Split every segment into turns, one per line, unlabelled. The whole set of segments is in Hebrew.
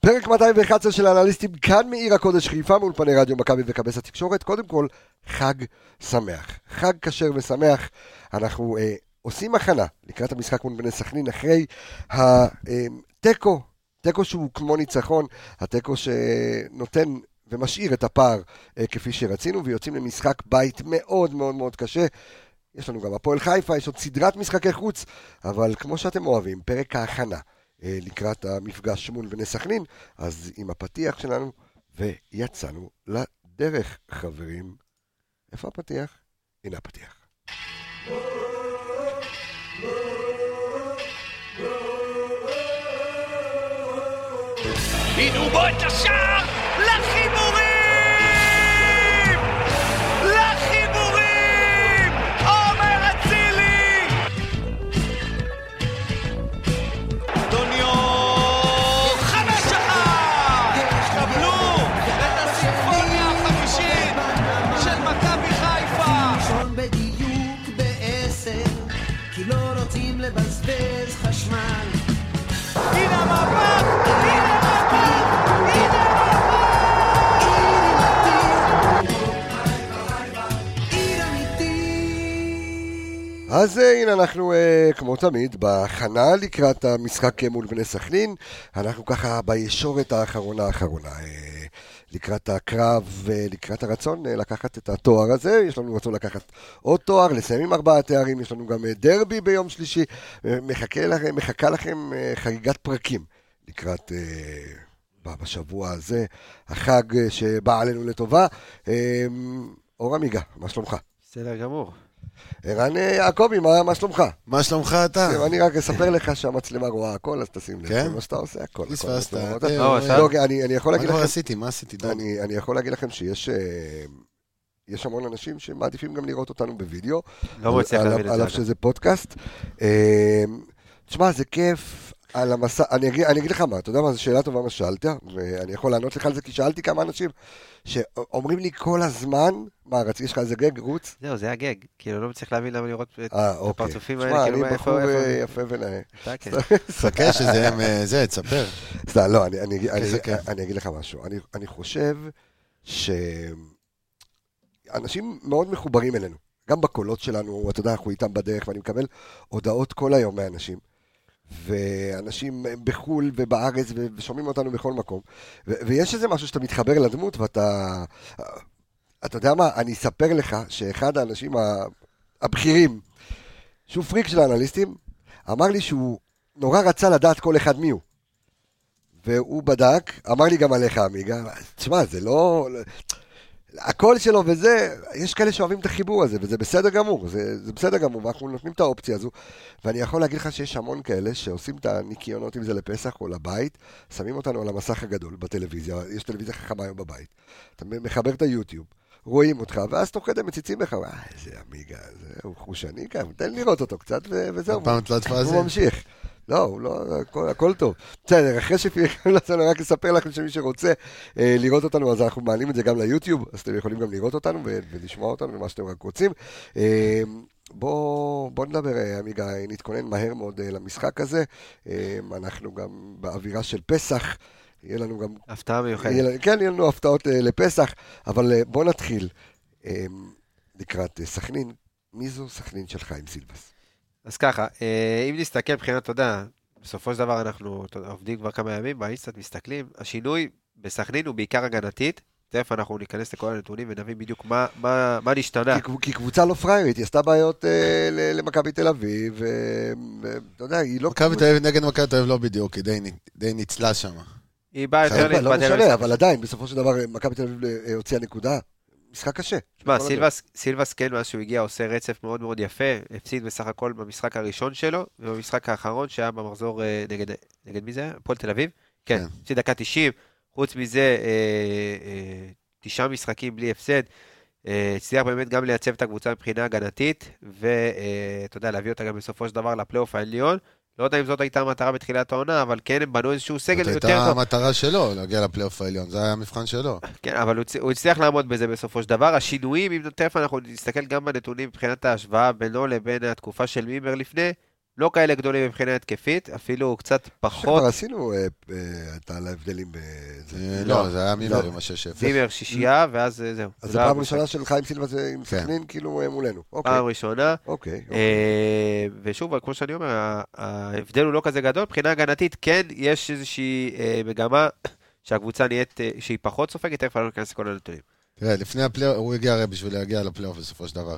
פרק 211 של האנליסטים כאן מעיר הקודש חיפה מאולפני רדיו מכבי וכבש התקשורת. קודם כל, חג שמח. חג כשר ושמח. אנחנו אה, עושים הכנה לקראת המשחק מול בני סכנין אחרי התיקו, תיקו שהוא כמו ניצחון, התיקו שנותן ומשאיר את הפער אה, כפי שרצינו, ויוצאים למשחק בית מאוד מאוד מאוד קשה. יש לנו גם הפועל חיפה, יש עוד סדרת משחקי חוץ, אבל כמו שאתם אוהבים, פרק ההכנה אה, לקראת המפגש מול בני סכנין, אז עם הפתיח שלנו, ויצאנו לדרך, חברים. איפה הפתיח? הנה הפתיח.
הנה הוא בועט לשער! לחיבורים! לחיבורים! עומר אצילי! אדוניו! חמש אחת! קבלו את הסימפוניה החמישית של מכבי חיפה!
ראשון בדיוק בעשר, כי לא רוצים לבזבז חשמל.
הנה המהפך! הנה המהפך! הנה
עיר אמיתית.
אז אה, הנה אנחנו, אה, כמו תמיד, בהכנה לקראת המשחק אה, מול בני סכנין. אנחנו ככה בישורת האחרונה האחרונה. אה, לקראת הקרב, אה, לקראת הרצון אה, לקחת את התואר הזה, יש לנו רצון לקחת עוד תואר, לסיים עם ארבעה תארים, יש לנו גם אה, דרבי ביום שלישי, אה, מחכה לכם, מחכה לכם אה, חגיגת פרקים לקראת אה, ב- בשבוע הזה, החג אה, שבא עלינו לטובה. אה, אור עמיגה, מה שלומך?
בסדר גמור.
ערן אה, יעקבי, מה, מה שלומך?
מה שלומך
אה.
אתה?
תראה, אני רק אספר לך שהמצלמה רואה הכל, אז תשים לב,
כן?
כל מה שאתה עושה, הכל. הכל,
פספסת.
המצלמה רואה
אה,
אותה.
לא,
אה,
אתה-
לא, אני אני יכול
מה
להגיד
כבר
לכם,
עשיתי? מה עשיתי? דוד?
אני אני יכול להגיד לכם שיש... אה, יש המון אנשים שמעדיפים גם לראות אותנו בווידאו,
לא מצליח
על-
להבין את
על אף
זה. אגב.
שזה פודקאסט. אה, תשמע, זה כיף על המסע, אני אגיד, אני אגיד לך מה, אתה יודע מה, זו שאלה טובה מה ששאלת, ואני יכול לענות לך על זה, כי שאלתי כמה אנשים שאומרים לי כל הזמן, מה, רצ- יש לך איזה גג רוץ?
זהו, זה הגג. כאילו, לא מצליח להבין למה לראות את
אה, אוקיי.
הפרצופים
תשמע,
האלה, כאילו,
אני
מה, איפה,
בחור
איפה
אה,
זה?
יפה ונאה.
אתה כן.
חכה שזה יהיה, מ- זה, תספר.
סתם, לא, אני, אני, אני,
זה כן.
אני אגיד לך משהו. אני, אני חושב שאנשים מאוד מחוברים אלינו, גם בקולות שלנו, אתה יודע, אנחנו איתם בדרך, ואני מקבל הודעות כל היום מאנשים. ואנשים בחו"ל ובארץ ו- ושומעים אותנו בכל מקום. ו- ויש איזה משהו שאתה מתחבר לדמות ואתה... אתה יודע מה, אני אספר לך שאחד האנשים ה- הבכירים, שהוא פריק של האנליסטים, אמר לי שהוא נורא רצה לדעת כל אחד מיהו. והוא בדק, אמר לי גם עליך, עמיגה, תשמע, זה לא... הקול שלו וזה, יש כאלה שאוהבים את החיבור הזה, וזה בסדר גמור, זה, זה בסדר גמור, ואנחנו נותנים את האופציה הזו. ואני יכול להגיד לך שיש המון כאלה שעושים את הניקיונות, אם זה לפסח או לבית, שמים אותנו על המסך הגדול בטלוויזיה, יש טלוויזיה חכמה היום בבית. אתה מחבר את היוטיוב, רואים אותך, ואז תוך כדי מציצים לך, אה, איזה עמיגה, זה, הוא חושני גם, תן לראות אותו קצת, ו- וזהו.
הפעם את לא תפאזל.
הוא ממשיך. לא, הוא לא, הכל, הכל טוב. בסדר, אחרי שפרקנו לנו, רק אספר לכם שמי שרוצה אה, לראות אותנו, אז אנחנו מעלים את זה גם ליוטיוב, אז אתם יכולים גם לראות אותנו ו- ולשמוע אותנו ומה שאתם רק רוצים. אה, בואו בוא נדבר, אה, עמיגה, נתכונן מהר מאוד אה, למשחק הזה. אה, אנחנו גם באווירה של פסח, יהיה לנו גם
הפתעה מיוחדת.
יהיה, לנו- כן, יהיו לנו הפתעות אה, לפסח, אבל אה, בואו נתחיל אה, לקראת אה, סכנין. מי זו סכנין של חיים סילבס?
אז ככה, אה, אם נסתכל מבחינת, אתה יודע, בסופו של דבר אנחנו אתה יודע, עובדים כבר כמה ימים, באינסטנט מסתכלים, השינוי בסכנין הוא בעיקר הגנתית, תכף אנחנו ניכנס לכל הנתונים ונבין בדיוק מה- מה מה נשתנה.
כי קב- כי קבוצה לא פראיירית, היא עשתה בעיות אה, ל- למכבי תל אביב, ו- ואתה יודע, היא לא...
מכבי תל אביב נגד מכבי תל אביב לא בדיוק, היא די נ- די ניצלה שם.
היא באה יותר
סבבה, לא
להתבטא
משנה,
למשחק.
אבל עדיין, בסופו של דבר, אה, מכבי תל אביב אה, הוציאה נקודה. משחק קשה. לא
תשמע,
לכל הדעות.
סילבס, סילבס כן, מאז שהוא הגיע, עושה רצף מאוד מאוד יפה, הפסיד בסך הכל במשחק הראשון שלו, ובמשחק האחרון שהיה במחזור אה, נגד, נגד מי זה היה? הפועל תל אביב? כן,
כן.
הפסיד דקה 90, חוץ מזה, אה, אה, תשעה משחקים בלי הפסד, אה, הצליח באמת גם לייצב את הקבוצה מבחינה הגנתית, ואתה יודע, להביא אותה גם בסופו של דבר לפלייאוף העליון. לא יודע אם זאת הייתה המטרה בתחילת העונה, אבל כן, הם בנו איזשהו סגל
זאת
יותר טוב.
הייתה המטרה שלו, להגיע לפלייאוף העליון, זה היה המבחן שלו.
אה,
כן, אבל הוא, הצ- הוא הצליח לעמוד בזה בסופו של דבר. השינויים, אם תכף אנחנו נסתכל גם בנתונים מבחינת ההשוואה בינו לבין התקופה של מימר לפני, לא כאלה גדולים מבחינה התקפית, אפילו קצת פחות.
כבר עשינו אה, אה, את על ההבדלים בזה.
אה,
לא.
לא, זה היה
לא.
מימר עם ה-6-0.
זימר שישייה, ואז אה, זהו.
אז
זה
זו
לא
פעם
המשחק.
ראשונה של חיים סילבה זה עם
כן.
סכנין, כאילו אה, מולנו. אוקיי,
פעם ראשונה.
אוקיי.
אה, ושוב, כמו שאני אומר, ה- ההבדל הוא לא כזה גדול. מבחינה הגנתית, כן, יש איזושהי אה, מגמה שהקבוצה נהיית, אה, שהיא פחות סופגת, תכף אני לא אכנס לכל הנתונים.
תראה, לפני הפלייאוף, הוא הגיע הרי בשביל להגיע לפלייאוף בסופו של דבר.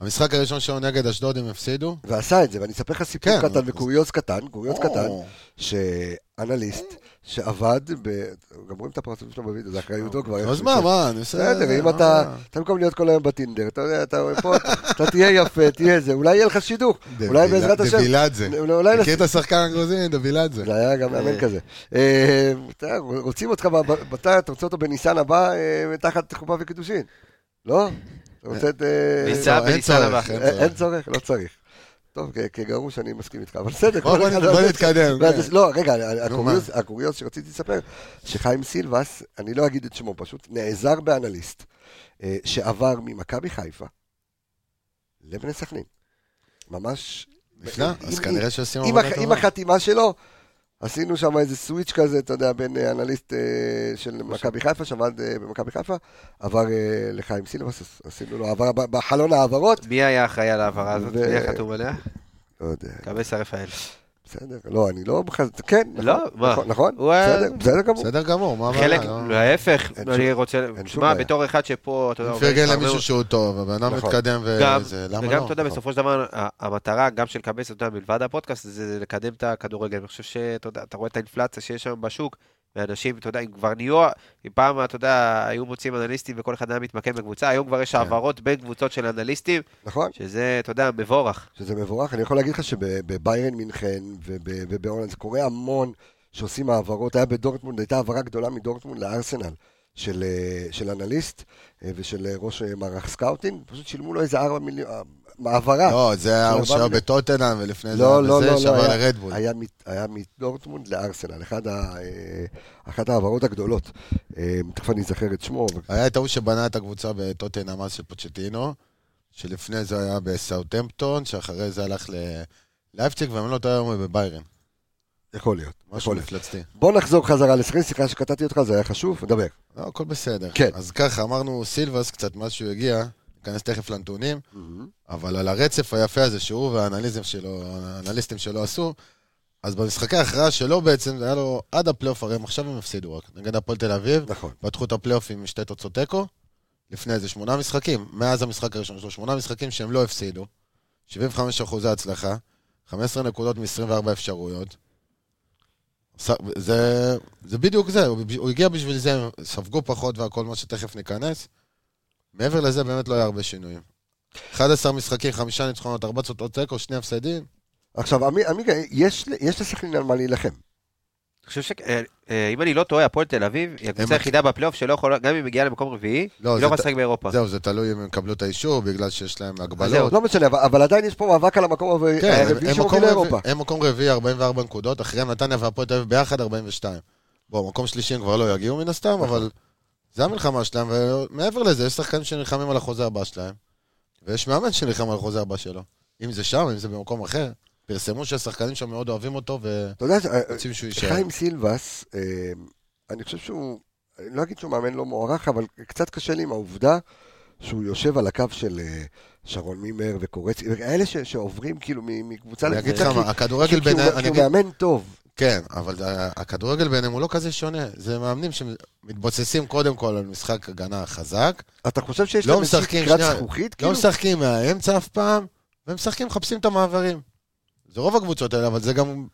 המשחק הראשון שלו נגד אשדוד הם הפסידו.
ועשה את זה, ואני אספר לך סיפור
כן,
קטן
אז-
וקוריוז קטן, קוריוז קטן,
או,
שאנליסט שעבד, ב- גם רואים את הפרצוף שלו בווידאו, זה אחריותו כבר. איך
אוקיי. אז
שהוא
מה,
יושב.
מה, אני עושה...
בסדר, אם
מה?
אתה, אתה במקום להיות כל היום בטינדר, אתה יודע, אתה רואה פה, אתה תהיה יפה, תהיה זה, אולי יהיה לך שידוך,
דבילה-
אולי בעזרת השם.
דבילדזה.
אולי
מכיר את השחקן הגרוזיני, דבילדזה.
זה היה גם מאמן כזה. אה, אתה- רוצים אותך, ב- בתא, אתה רוצה אותו בניסן הבא, אה, תחת חופה וקידושין, לא? אתה רוצה את... אה,
ניסן,
לא, אין
בניצן
צורך,
הבא.
אין
אה,
צורך.
אין צורך, לא צריך. טוב, כ- כגרוש אני מסכים איתך, אבל בסדר.
בוא-
כל
בוא
אחד
נ- בוא
עובד.
נתקדם,
ואז
כן.
יש- לא, רגע, הקוריוז-
מה?
הקוריוז שרציתי לספר, שחיים סילבס, אני לא אגיד את שמו פשוט, נעזר באנליסט, אה, שעבר ממכבי חיפה לבני סכנין. ממש...
נפלא, אז
עם-
כנראה שעושים
עם,
עבודה
הח... עם
טובה.
החתימה שלו, עשינו שם איזה סוויץ' כזה, אתה יודע, בין אה, אנליסט אה, של מכבי חיפה, שעבד אה, במכבי חיפה, עבר אה, לחיים סילבס, אז עשינו לו העברה ב- בחלון ההעברות.
מי היה אחראי על ההעברה הזאת?
ו-
מי היה חתום עליה?
לא יודע,
קבסה רפאל.
בסדר, לא, אני לא בכלל, כן, נכון,
לא, מה?
נכון, נכון,
הוא היה-
בסדר, בסדר גמור.
בסדר גמור, מה הבעיה?
חלק,
לא?
להפך,
אין
אני רוצה,
אין שום
שמע,
בעיה.
בתור אחד שפה, אתה יודע,
אם
עובד
פרגן
הרבה
למישהו
מאוד-
שהוא טוב, הבן אדם
נכון.
מתקדם
גם-
וזה, למה לא?
וגם, אתה יודע,
נכון.
בסופו של דבר, ה- המטרה, גם של קבס, אתה יודע, מלבד הפודקאסט, זה זה לקדם את הכדורגל. אני חושב שאתה יודע, אתה רואה את האינפלציה שיש היום בשוק, ואנשים, אתה יודע, אם כבר נהיו, אם פעם, אתה יודע, היו מוצאים אנליסטים וכל אחד היה מתמקם בקבוצה, היום כבר
כן.
יש העברות בין קבוצות של אנליסטים,
נכון,
שזה, אתה יודע, מבורך.
שזה מבורך, אני יכול להגיד לך שבביירן מינכן וב- ובהולנד זה קורה המון שעושים העברות, היה בדורטמונד, הייתה העברה גדולה מדורטמונד לארסנל. של, אה, של אנליסט אה, ושל אה, ראש אה, מערך סקאוטינג, פשוט שילמו לו איזה ארבע מיליון, אה, מעברה.
לא, זה ההוא
ארבע
שהיה
מיליון.
בטוטנאם, ולפני זה
לא, לא,
היה
לא,
בזה,
לא,
שעבר
היה-
לרדבול.
היה מת- היה מדורטמונד לארסנל, אחד ה- אה, אחת ההעברות הגדולות. אה, תכף אני אזכר את שמו, אבל
היה את ההוא שבנה את הקבוצה בטוטנאם אז של פוצ'טינו, שלפני זה היה בסאוטמפטון, שאחרי זה הלך ללייפציג, ואני לא טועה היום הוא בביירן.
יכול להיות.
משהו
יכול להיות.
מפלצתי.
בוא נחזור חזרה לסכנין, סליחה שקטעתי אותך, זה היה חשוב, דבר.
לא, הכל בסדר.
כן.
אז ככה, אמרנו סילבס קצת, מאז שהוא הגיע, ניכנס תכף לנתונים, אבל על הרצף היפה הזה שהוא והאנליזם שלו, האנליסטים שלו עשו, אז במשחקי ההכרעה שלו בעצם, זה היה לו עד הפלייאוף, הרי הם עכשיו הם הפסידו רק, נגד הפועל תל אביב,
נכון.
פתחו את הפלייאוף עם שתי תוצאות תיקו, לפני איזה שמונה משחקים, מאז המשחק הראשון שלו, שמונה משחקים שהם לא הפסידו, 75 אחוזי הצלחה, 15 נקודות מ-24 אפשרויות. ס- זה, זה בדיוק זה, הוא, הוא הגיע בשביל זה, הם ספגו פחות והכל מה שתכף ניכנס. מעבר לזה באמת לא היה הרבה שינויים. 11 משחקים, חמישה ניצחונות, ארבע תוצאות תיקו, שני הפסדים.
עכשיו, עמי- עמיגה, יש ל- יש לסכנין על מה להילחם.
אני חושב שאם אני לא טועה, הפועל תל אביב היא
הם-
הקבוצה היחידה בפלייאוף שלא יכולה, גם אם היא מגיעה למקום רביעי,
לא,
היא לא
זה ת-
יכולה לשחק באירופה.
זהו, זה תלוי אם הם יקבלו את האישור, בגלל שיש להם
זהו,
הגבלות.
לא משנה, אבל- אבל עדיין יש פה מאבק על המקום הרב-
כן, הם-
הרביעי
הם מקום
שמוביל לאירופה.
רביעי- הם מקום רביעי, 44 נקודות, אחריהם נתניה והפועל תל אביב ביחד 42. בואו, מקום שלישי הם כבר לא יגיעו מן הסתם,
נכון.
אבל זה המלחמה שלהם, ומעבר לזה, יש שחקנים שנלחמים על החוזה הבא שלהם, ויש מאמן שנלחם על החוזה הבא שלו. אם זה שם, אם זה במקום אחר. פרסמו שהשחקנים שם מאוד אוהבים אותו
אתה יודע, ש-
ורוצים שהוא יישאר.
חיים סילבס, אה, אני חושב שהוא, אני לא אגיד שהוא מאמן לא מוערך, אבל קצת קשה לי עם העובדה שהוא יושב על הקו של אה, שרון מימר וקורצקי, אלה ש- שעוברים כאילו מ- מקבוצה
אני אגיד לך
לקבוצה,
מה,
כי-
הכדורגל
כי- כי
ביניהם,
הוא- כי
אני
הוא
אגיד,
מאמן טוב.
כן, אבל זה- הכדורגל ביניהם הוא לא כזה שונה. זה מאמנים שמתבוססים קודם כל על משחק הגנה חזק,
אתה חושב שיש
לא
להם איזושהי
משחקים,
תקרת
שנייה.
זכוכית?
לא
כאילו?
משחקים מהאמצע אף פעם, ומשחקים, מחפשים את המעברים. זה רוב הקבוצות האלה, אבל זה גם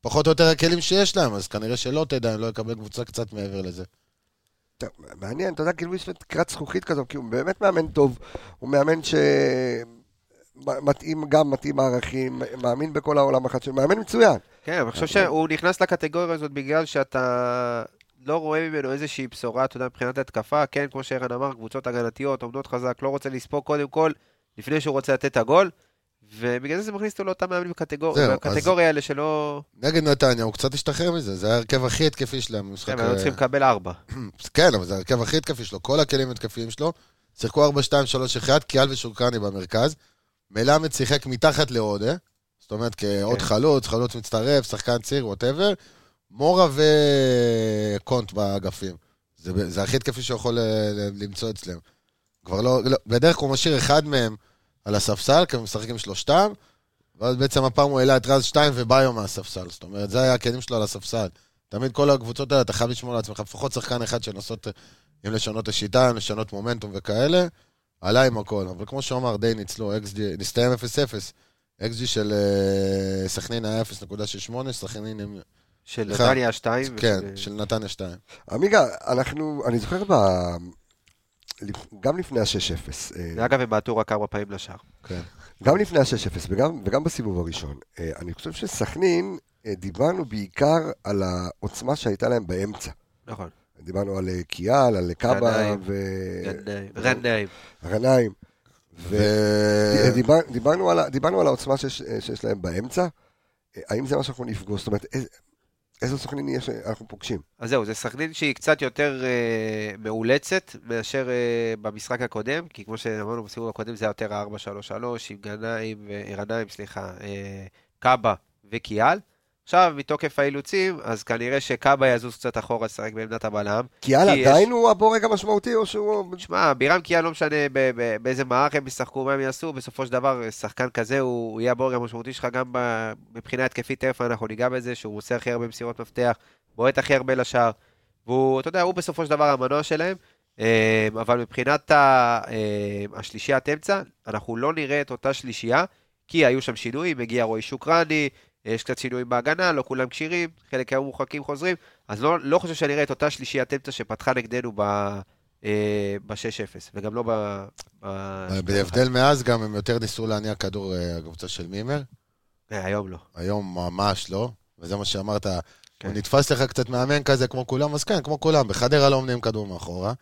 פחות או יותר הכלים שיש להם, אז כנראה שלא תדע, אני לא אקבל קבוצה קצת מעבר לזה.
טוב, מעניין, אתה יודע, כאילו יש לו תקרת זכוכית כזו, כי הוא באמת מאמן טוב, הוא מאמן ש... מ- מתאים גם, מתאים ערכים, מאמין בכל העולם החדש, מאמן מצוין.
כן, אבל אני חושב
אוקיי.
שהוא נכנס לקטגוריה הזאת בגלל שאתה לא רואה ממנו איזושהי בשורה, אתה יודע, מבחינת התקפה. כן, כמו שערן אמר, קבוצות הגנתיות עומדות חזק, לא רוצה לספוג קודם כל, לפני שהוא רוצה לתת את הגול, ובגלל זה זה מכניס אותו לאותם מאמנים בקטגור...
זהו, אז-
בקטגוריה האלה שלא...
נגד נתניה, הוא קצת השתחרר מזה, זה ההרכב הכי התקפי שלהם במשחק.
כן, הם היו
אה,
צריכים לקבל ארבע.
כן, אבל זה ההרכב הכי התקפי שלו, כל הכלים התקפיים שלו. שיחקו 4-2-3-1, קיאל ושורקני במרכז. מלמד שיחק מתחת לעודה, זאת אומרת, כעוד
כן.
חלוץ, חלוץ מצטרף, שחקן צעיר, ווטאבר. מורה וקונט באגפים. זה, זה הכי התקפי שהוא יכול אה, ל- למצוא אצלם. כבר לא, לא, בדרך כלל הוא משאיר אחד מהם על הספסל, כי הם משחקים שלושתם, ואז בעצם הפעם הוא העלה את רז שתיים וביו מהספסל. זאת אומרת, זה היה הכלים שלו על הספסל. תמיד כל הקבוצות האלה, אתה חייב לשמור על עצמך לפחות שחקן אחד לנסות, אם לשנות את השיטה, אם לשנות מומנטום וכאלה, עלה עם הכל. אבל כמו שהוא אמר, די ניצלו, XG, נסתיים 0-0. XG של אה, סכנין היה 0.68, סכנין הם...
של
אחד.
נתניה 2.
כן, של נתניה 2.
עמיגה, אנחנו, אני זוכר ב... לפ- גם לפני ה-6-0, אה,
אגב, הם בעטו רק כמה פעמים לשער.
כן.
גם לפני ה-6-0 וגם, וגם בסיבוב הראשון, אה, אני חושב שסכנין, אה, דיברנו בעיקר על העוצמה שהייתה להם באמצע.
נכון.
דיברנו על אה, קיאל, על קאבה
גנאים.
אה,
ו-
גנאים. גנאים.
גנאים.
ו...
דיבר- דיברנו על ה- דיברנו על העוצמה שיש אה, שיש להם באמצע. אה, האם זה מה שאנחנו נפגוש? זאת אומרת, איזה- איזה סוכנים יש אה, אנחנו פוגשים?
אז זהו, זה סכנין שהיא קצת יותר אה, מאולצת מאשר אה, במשחק הקודם, כי כמו שאמרנו בסיבוב הקודם זה היה יותר ה-4-3-3 עם גנאים, אה, גנאים, סליחה, אה, קאבה וקיאל. עכשיו, מתוקף האילוצים, אז כנראה שקאבה יזוז קצת אחורה, לשחק בעמדת הבלם.
קיאל
כי יש-
עדיין הוא הבורג המשמעותי או שהוא...
תשמע, בירם קיאל לא משנה ב- ב- באיזה מערך הם ישחקו, מה הם יעשו, בסופו של דבר, שחקן כזה הוא הוא יהיה הבורג המשמעותי שלך גם ב- מבחינה התקפית, תכף אנחנו ניגע בזה, שהוא מוסר הכי הרבה מסירות מפתח, בועט הכי הרבה לשער, והוא, אתה יודע, הוא בסופו של דבר המנוע שלהם, אה, אבל מבחינת ה- אה, השלישיית אמצע, אנחנו לא נראה את אותה שלישייה, כי היו שם שינויים, הגיע רועי שוקרני, יש קצת שינויים בהגנה, לא כולם כשירים, חלק היו מורחקים חוזרים, אז לא, לא חושב שנראה את אותה שלישיית אמצע שפתחה נגדנו ב... אה, ב-6-0, וגם לא ב... ב-
אה, בהבדל מאז גם הם יותר ניסו להניע כדור, אה, הקבוצה של מימר.
אה, היום לא.
היום ממש לא, וזה מה שאמרת.
כן.
הוא נתפס לך קצת מאמן כזה כמו כולם, אז כן, כמו כולם. בחדרה לא עומדים כדור מאחורה.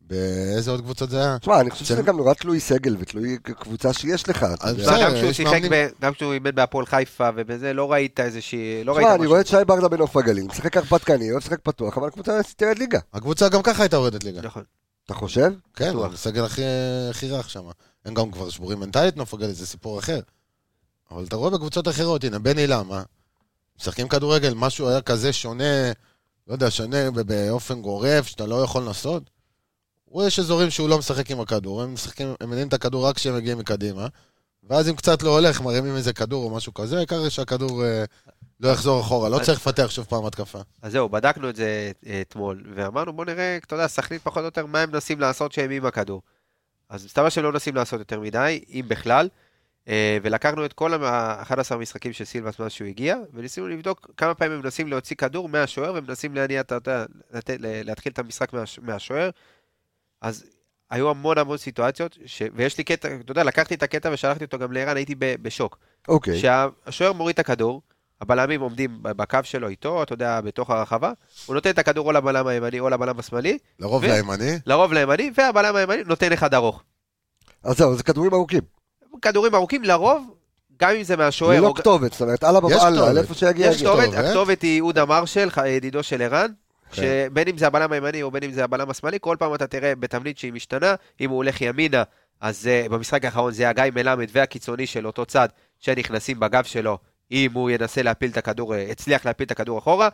באיזה עוד קבוצות זה היה?
תשמע, אני חושב
של-
שזה גם נורא תלוי סגל ותלוי קבוצה שיש לך. אתה
אז
יודע.
בסדר,
לא, גם כשהוא
יש
שיחק,
מאמנים-
ב- גם כשהוא אימן בהפועל חיפה ובזה, לא ראית איזושהי... לא ראית
תשמע, אני
משהו.
רואה את שי ברדה בנוף הגליל, משחק הרפתקני, אוהב לשחק פתוח, אבל הקבוצה תרד ליגה.
הקבוצה גם ככה הייתה יורדת ליגה.
נכון.
אתה חושב?
כן,
בטוח.
הסגל הכי, הכי רך שם. הם גם כבר שבורים מנטלית, נוף הגליל, זה סיפור אחר. אבל אתה רואה בקבוצות אחרות, הנה, בני למה? משחקים כדורגל, משהו היה כזה שונה, לא יודע, שונה ב- באופן גורף, שאתה לא יכול לנסות? הוא, יש אזורים שהוא לא משחק עם הכדור, הם משחקים, הם מניעים את הכדור רק כשהם מגיעים מקדימה, ואז אם קצת לא הולך, מרימים איזה כדור או משהו כזה, העיקר שהכדור אה, לא יחזור אחורה, לא צריך לפתח שוב פעם התקפה.
אז זהו, בדקנו את זה אה, אתמול, ואמרנו, בוא נראה, אתה יודע, סכנין פחות או יותר, מה הם מנסים לעשות שהם עם הכדור. אז מסתבר שהם לא מנסים לעשות יותר מדי, אם בכלל, אה, ולקחנו את כל ה- 11 המשחקים של סילבס מאז שהוא הגיע, וניסינו לבדוק כמה פעמים הם מנסים להוציא כדור מהשוער, ומנסים להניע, את ה- אתה יודע, לתת- ל- להתחיל את המשחק מהש- מהשוער. אז היו המון המון סיטואציות, ש... ויש לי קטע, אתה יודע, לקחתי את הקטע ושלחתי אותו גם לערן, הייתי ב- בשוק.
אוקיי.
שהשוער מוריד את הכדור, הבלמים עומדים ב- בקו שלו איתו, אתה יודע, בתוך הרחבה, הוא נותן את הכדור או לבלם הימני או לבלם השמאלי,
לרוב
ו-
לימני,
לרוב לימני, והבלם הימני נותן אחד ארוך.
אז זהו, זה כדורים ארוכים.
כדורים ארוכים לרוב, גם אם זה מהשוער,
ללא
או-
כתובת, זאת אומרת, אללה
יש
בבעלה, על
כתובת.
איפה שיגיע.
יש
יגיע.
כתובת,
כתובת.
הכתובת היא יהודה מרשל, ח- ידידו של ערן.
כן.
שבין אם זה הבלם הימני או בין אם זה הבלם השמאלי, כל פעם אתה תראה בתבנית שהיא משתנה, אם הוא הולך ימינה, אז uh, במשחק האחרון זה הגיא מלמד והקיצוני של אותו צד שנכנסים בגב שלו, אם הוא ינסה להפיל את הכדור, אה, הצליח להפיל את הכדור אחורה,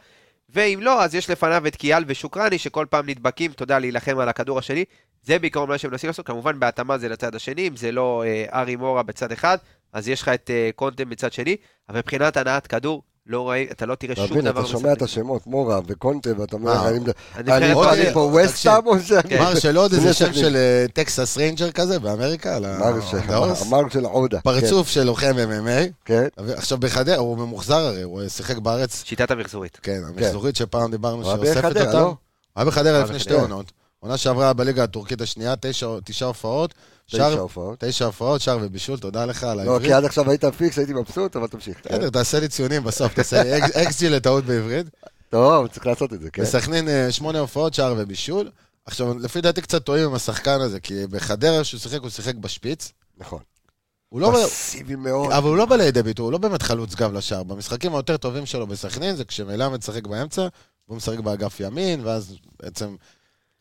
ואם לא, אז יש לפניו את קיאל ושוקרני שכל פעם נדבקים, אתה יודע, להילחם על הכדור השני, זה בעיקרון מה שהם מנסים לעשות, כמובן בהתאמה זה לצד השני, אם זה לא אה, ארי מורה בצד אחד, אז יש לך את אה, קונטם בצד שני, אבל מבחינת הנעת כדור, לא ראי, אתה לא תראה
אתה
שום
מבין,
דבר
אתה שומע את השמות, מורה וקונטה, ואתה אומר,
אה,
אני
הנבחרת
אני-
פועלים-
אני פה ווסטאם או ש...
כן.
מר של עוד איזה
זה
שם
סכנין.
של אה, טקסס ריינג'ר כזה באמריקה, על ה-
מר של-
הדאוס.
מר של עודה.
אה, פרצוף של לוחם MMA.
כן, כן.
עכשיו בחדרה, הוא ממוחזר הרי, הוא אה, שיחק בארץ,
שיטת המחזורית.
כן, המחזורית שפעם דיברנו
הוא היה
שאוספת
בחדרה,
אותם.
לא?
הוא היה בחדרה לפני
בחדרה.
שתי עונות. עונה שעברה היה בליגה הטורקית השנייה, תשע- תשעה הופעות.
תשע
שער-
הופעות.
תשע הופעות, שער ובישול, תודה לך על
לא, כי
העברית.
עד עכשיו היית פיקס, הייתי מבסוט, אבל תמשיך. כן.
בסדר, תעשה לי ציונים בסוף, תעשה לי אקס- אקס ג'י לטעות בעברית.
כן. טוב, צריך לעשות את זה, כן.
בסכנין אה, שמונה הופעות, שער ובישול. עכשיו, לפי דעתי קצת טועים עם השחקן הזה, כי בחדרה שהוא שיחק, הוא שיחק בשפיץ.
נכון.
הוא לא...
פסיבי מאוד.
אבל הוא לא בא לידי ביטוי, הוא לא באמת חלוץ גב לשער. במשחקים היותר טובים שלו בסכנין, זה כשמלמד משחק באמצע, והוא משחק באגף ימין, ואז בעצם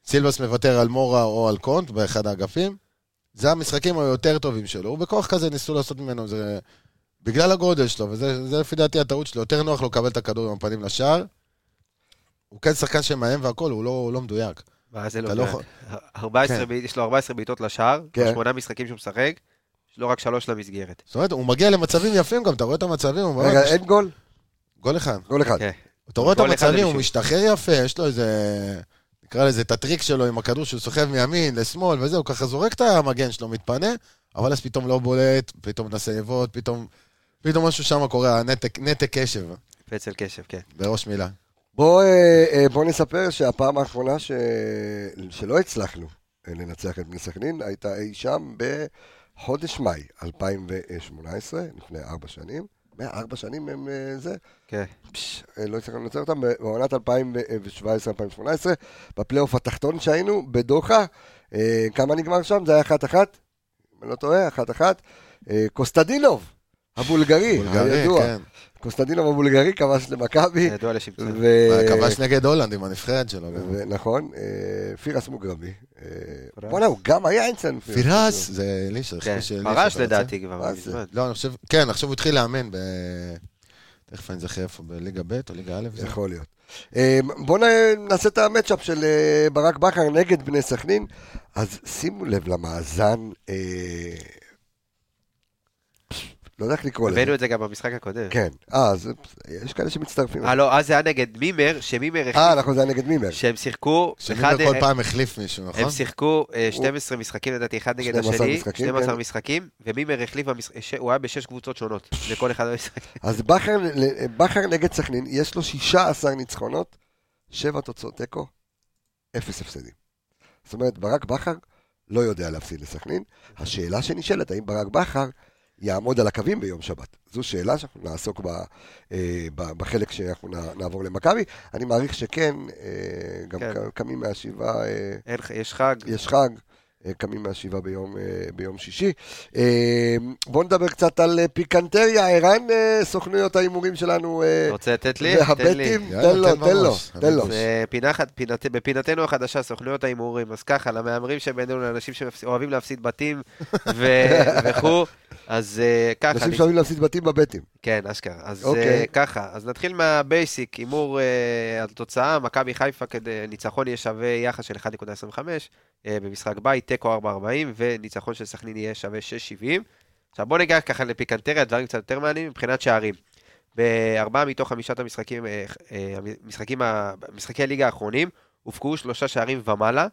סילבס מוותר על מורה או על קונט באחד האגפים. זה המשחקים היותר טובים שלו, ובכוח כזה ניסו לעשות ממנו איזה בגלל הגודל שלו, וזה זה לפי דעתי הטעות שלו, יותר נוח לו לקבל את הכדור עם הפנים לשער. הוא כן שחקן שמאיים והכול, הוא לא, הוא לא מדויק.
מה זה לא
אתה לא
יודע.
יכול-
14
כן.
בעיט- יש לו 14 בעיטות לשער,
כן.
שמונה משחקים שהוא משחק, יש לו רק שלוש למסגרת.
זאת אומרת, הוא מגיע למצבים יפים גם, אתה רואה את המצבים, הוא
רגע,
אומר,
אין גול?
גול אחד.
גול אחד.
כן.
אתה רואה את
גול אחד
המצבים, הוא
למישהו.
משתחרר יפה, יש לו איזה... נקרא לזה את הטריק שלו עם הכדור שהוא סוחב מימין לשמאל וזהו, ככה זורק את המגן שלו, מתפנה, אבל אז פתאום לא בולט, פתאום מנסה לבעוט, פתאום... פתאום משהו שם קורה, נתק, נתק קשב,
פצל קשב, כן.
בראש מילה.
בוא, אה, אה, בוא נספר שהפעם האחרונה ש... שלא הצלחנו אה, לנצח את בני סכנין הייתה אי שם בחודש מאי 2018, לפני ארבע שנים. מה, ארבע שנים הם אה, זה?
כן.
פש, אה, לא הצלחנו לנצח אותם בעונת 2017-2018, בפלייאוף התחתון שהיינו, בדוחה. אה, כמה נגמר שם? זה היה אחת-אחת? אם אני לא טועה, אחת-אחת. אה, קוסטדינוב, הבולגרי,
בולגרי,
הידוע.
כן.
קוסטדינוב הבולגרי כבש למכבי.
ידוע לשמצה.
ו-
אה, כבש נגד הולנד עם הנבחרת שלו. גם.
ו- נכון, אה, פירס מוגרבי. אה,
פירס.
בואנה, הוא גם היה אצלנו.
פירס, זה
כן,
אלישע, חושב שאלישע
פרש
אתה רוצה?
לדעתי כבר
מה זה?
מזמן.
לא, אני חושב, כן, עכשיו הוא התחיל לאמן ב... תכף אני זוכר איפה, בליגה ב' או ליגה א'. זה?
יכול להיות. אה, בואו נ- נעשה את המצ'אפ של אה, ברק בכר נגד בני סכנין. אז שימו לב למאזן, אה, לא יודע איך לקרוא לזה.
הבאנו את זה גם במשחק הקודם.
כן, אה, אז יש כאלה שמצטרפים.
אה, לא, אז זה היה נגד מימר, שמימר,
אה, נכון, זה היה נגד מימר.
שהם שיחקו,
שמימר
אחד-
כל פעם החליף מישהו, נכון?
אה, הם שיחקו אה, 12 משחקים לדעתי, אחד נגד
12
השני,
משחקים,
12
כן.
משחקים, ומימר החליף, במשחק- ש- הוא היה בשש קבוצות שונות, לכל אחד מהמשחקים.
אז בכר ל- בכר נגד סכנין, יש לו 16 ניצחונות, 7 תוצאות תיקו, 0 הפסדים. זאת אומרת, ברק בכר לא יודע להפסיד לסכנין. השאלה שנשאלת, האם ברק בכר יעמוד על הקווים ביום שבת? זו שאלה שאנחנו נעסוק בה, אה, ב- בחלק שאנחנו נע- נעבור למכבי. אני מעריך שכן, אה, גם
כן.
ק- קמים מהשבעה... אה,
אין ח- יש חג,
יש חג, אה, קמים מהשבעה ביום, אה, ביום שישי. אה, בואו נדבר קצת על אה, פיקנטריה, ערן, אה, סוכנויות ההימורים שלנו, אה,
רוצה לתת לי? לא, תן לי.
והבטים,
יאללה,
תן לו,
תן
תן לו,
בראש.
תן לו.
אני
אז, אה, פינה אחת- פינת- בפינתנו החדשה, סוכנויות ההימורים, אז ככה, למהמרים שבינינו, לאנשים שאוהבים להפסיד בתים ו- וכו', אז אה, ככה,
אנשים שאוהבים להפסיד בתים בבטים.
כן, אשכרה. אז
אוקיי.
okay. uh, ככה, אז נתחיל מהבייסיק, הימור uh, על תוצאה, מכבי חיפה כדי ניצחון יהיה שווה יחס של 1.25 uh, במשחק בית, תיקו 4.40, וניצחון של סכנין יהיה שווה 6.70. עכשיו בוא ניגע ככה לפיקנטריה, דברים קצת יותר מעניינים מבחינת שערים. בארבעה מתוך חמישת המשחקים, אה, אה, המשחקים, ה- משחקי הליגה האחרונים, הובקעו שלושה שערים ומעלה.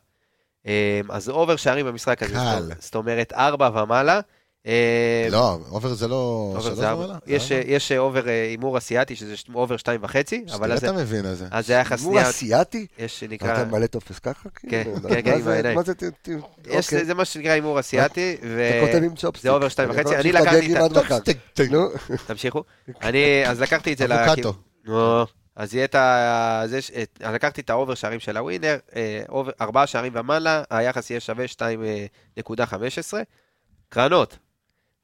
אה, אז אובר שערים במשחק הזה,
קל.
זאת- זאת אומרת ארבע ומעלה. אה,
לא, עופר זה לא...
אובר
שלוש
זה ארבע.
ומעלה? זה
יש,
ארבע?
יש אובר אה, הימור אסיאתי, שזה ש- אובר שתיים וחצי, אבל אז אה,
שתראה,
זה-
אתה מבין על זה.
אז זה היה יחס
הימור
שנייה,
אסיאתי?
יש שנקרא,
אתה מלא טופס ככה? כאילו?
כן,
מה
כן, כן, עם
זה-
העיניים.
מה זה, ת- ת-
יש-
אוקיי.
זה מה שנקרא הימור אסיאתי,
אתה
ו...
כותב עם צ'ופסטיק.
זה אובר שתיים
אני יכול
וחצי, אני
להמשיך
לקחתי
לדגים
את ה-
עד מחר.
טוב, ת- ת-
נו,
תמשיכו. אני, אז לקחתי את זה,
אבוקטו.
לכיו- נו, אז יהיה את ה... זה ש- את- אז לקחתי את האובר שערים של הווינר, אה, אובר- ארבעה שערים ומעלה, היחס יהיה שווה אה, 2.15. קרנות.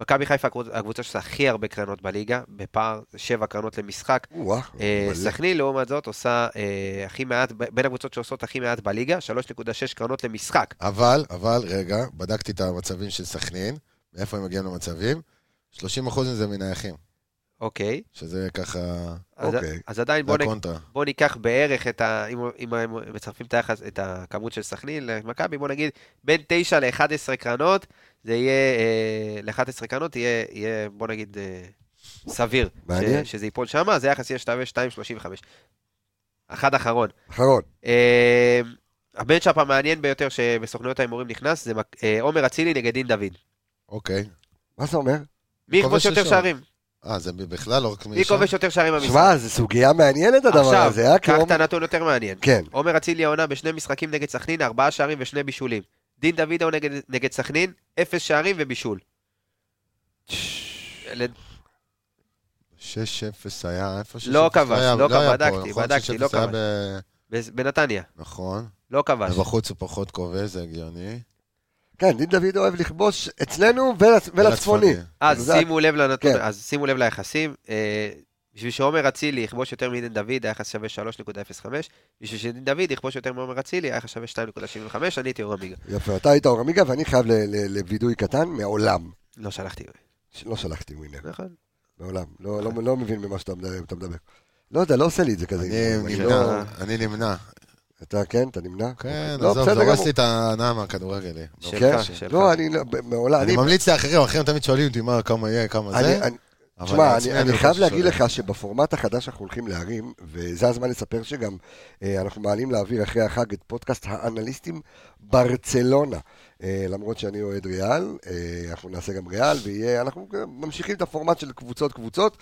מכבי חיפה הקבוצ- הקבוצה שיש לה הכי הרבה קרנות בליגה, בפער שבע קרנות למשחק.
וואו,
אה,
מלא.
סכנין, לעומת זאת, עושה אה, הכי מעט, ב- בין הקבוצות שעושות הכי מעט בליגה, 3.6 קרנות למשחק.
אבל, אבל, רגע, בדקתי את המצבים של סכנין, מאיפה הם מגיעים למצבים. 30 אחוז מזה מנייחים,
אוקיי.
שזה ככה...
אז-
אוקיי.
אז עדיין
זה
בוא נ-
הקונטרה.
בוא ניקח בערך את ה... אם- אם הם מצרפים את היחס, את הכמות של סכנין למכבי, בוא נגיד בין 9 ל-11 קרנות, זה יהיה... ל-11 קרנות יהיה, יהיה, בוא נגיד, אה, סביר.
מעניין.
ש- שזה ייפול שמה, אז היחס יהיה 2.35. אחד אחרון.
אחרון.
אה, הבנצ'אפ המעניין ביותר שבסוכנויות ההימורים נכנס, זה מק- אה, עומר אצילי נגד דין דוד.
אוקיי.
מה זה אומר?
מי יכבוש
כובש
יותר
ראשון.
שערים?
אה, זה בכלל לא רק מי
מי
שם?
כובש יותר שערים במשחק?
שמע, זו סוגיה מעניינת הדבר
לא. עכשיו,
הזה, אה? כי
קח
הוא-
את הנתון יותר מעניין.
כן.
עומר אצילי העונה בשני משחקים נגד סכנין, ארבעה שערים ושני בישולים. דין דוידו נגד, נגד סכנין, אפס שערים ובישול. ל-
6-0 היה איפה ש...
לא כבש,
היה-
לא כבש,
היה פה,
בדקתי,
נכון?
בדקתי,
6-0
לא
היה
כבש.
ב-
בז- בנתניה,
נכון.
לא כבש.
ובחוץ הוא פחות כובש, זה הגיוני.
כן, דין דוד אוהב לכבוש אצלנו ולצ- ולצפוני.
אז
זה-
שימו לב לנתון,
כן.
אז שימו לב ליחסים. אה, בשביל שעומר אצילי יכבוש יותר מדין דוד, היחס שווה 3.05. בשביל שדין דוד יכבוש יותר מעומר אצילי, היחס שווה 2.75. אני הייתי אורמיגה.
יפה, אתה היית אור עמיגה ואני חייב ל- ל- לווידוי קטן מעולם.
לא שלחתי,
ש- לא שלחתי ווינר.
Mm.
נכון?
מעולם. לא, לא, לא מבין ממה שאתה מדבר. אתה מדבר. לא יודע, לא עושה לי את זה כזה.
אני
אני
נמנע.
נמנע,
לא-
אני נמנע.
אתה כן, אתה נמנע?
כן,
לא,
עזוב,
בסדר
זורס
גמור.
לי את ההנאה מהכדורגל. אה.
שלך,
כן?
שלך.
לא, אני לא- ב- מעולם.
אני ממליץ לאחרים, אחרים תמיד שואלים אותי מה, כמה יהיה, כמה זה.
אני- אני-
אבל
תשמע,
לעצמי
אני, אני
לא
חייב
חושב
להגיד
שזה-
לך שבפורמט החדש שאנחנו הולכים להרים, וזה הזמן לספר שגם אה, אנחנו מעלים לאוויר אחרי החג את פודקאסט האנליסטים ברצלונה. אה, למרות שאני אוהד ריאל, אה, אנחנו נעשה גם ריאל, ואנחנו ממשיכים את הפורמט של קבוצות-קבוצות.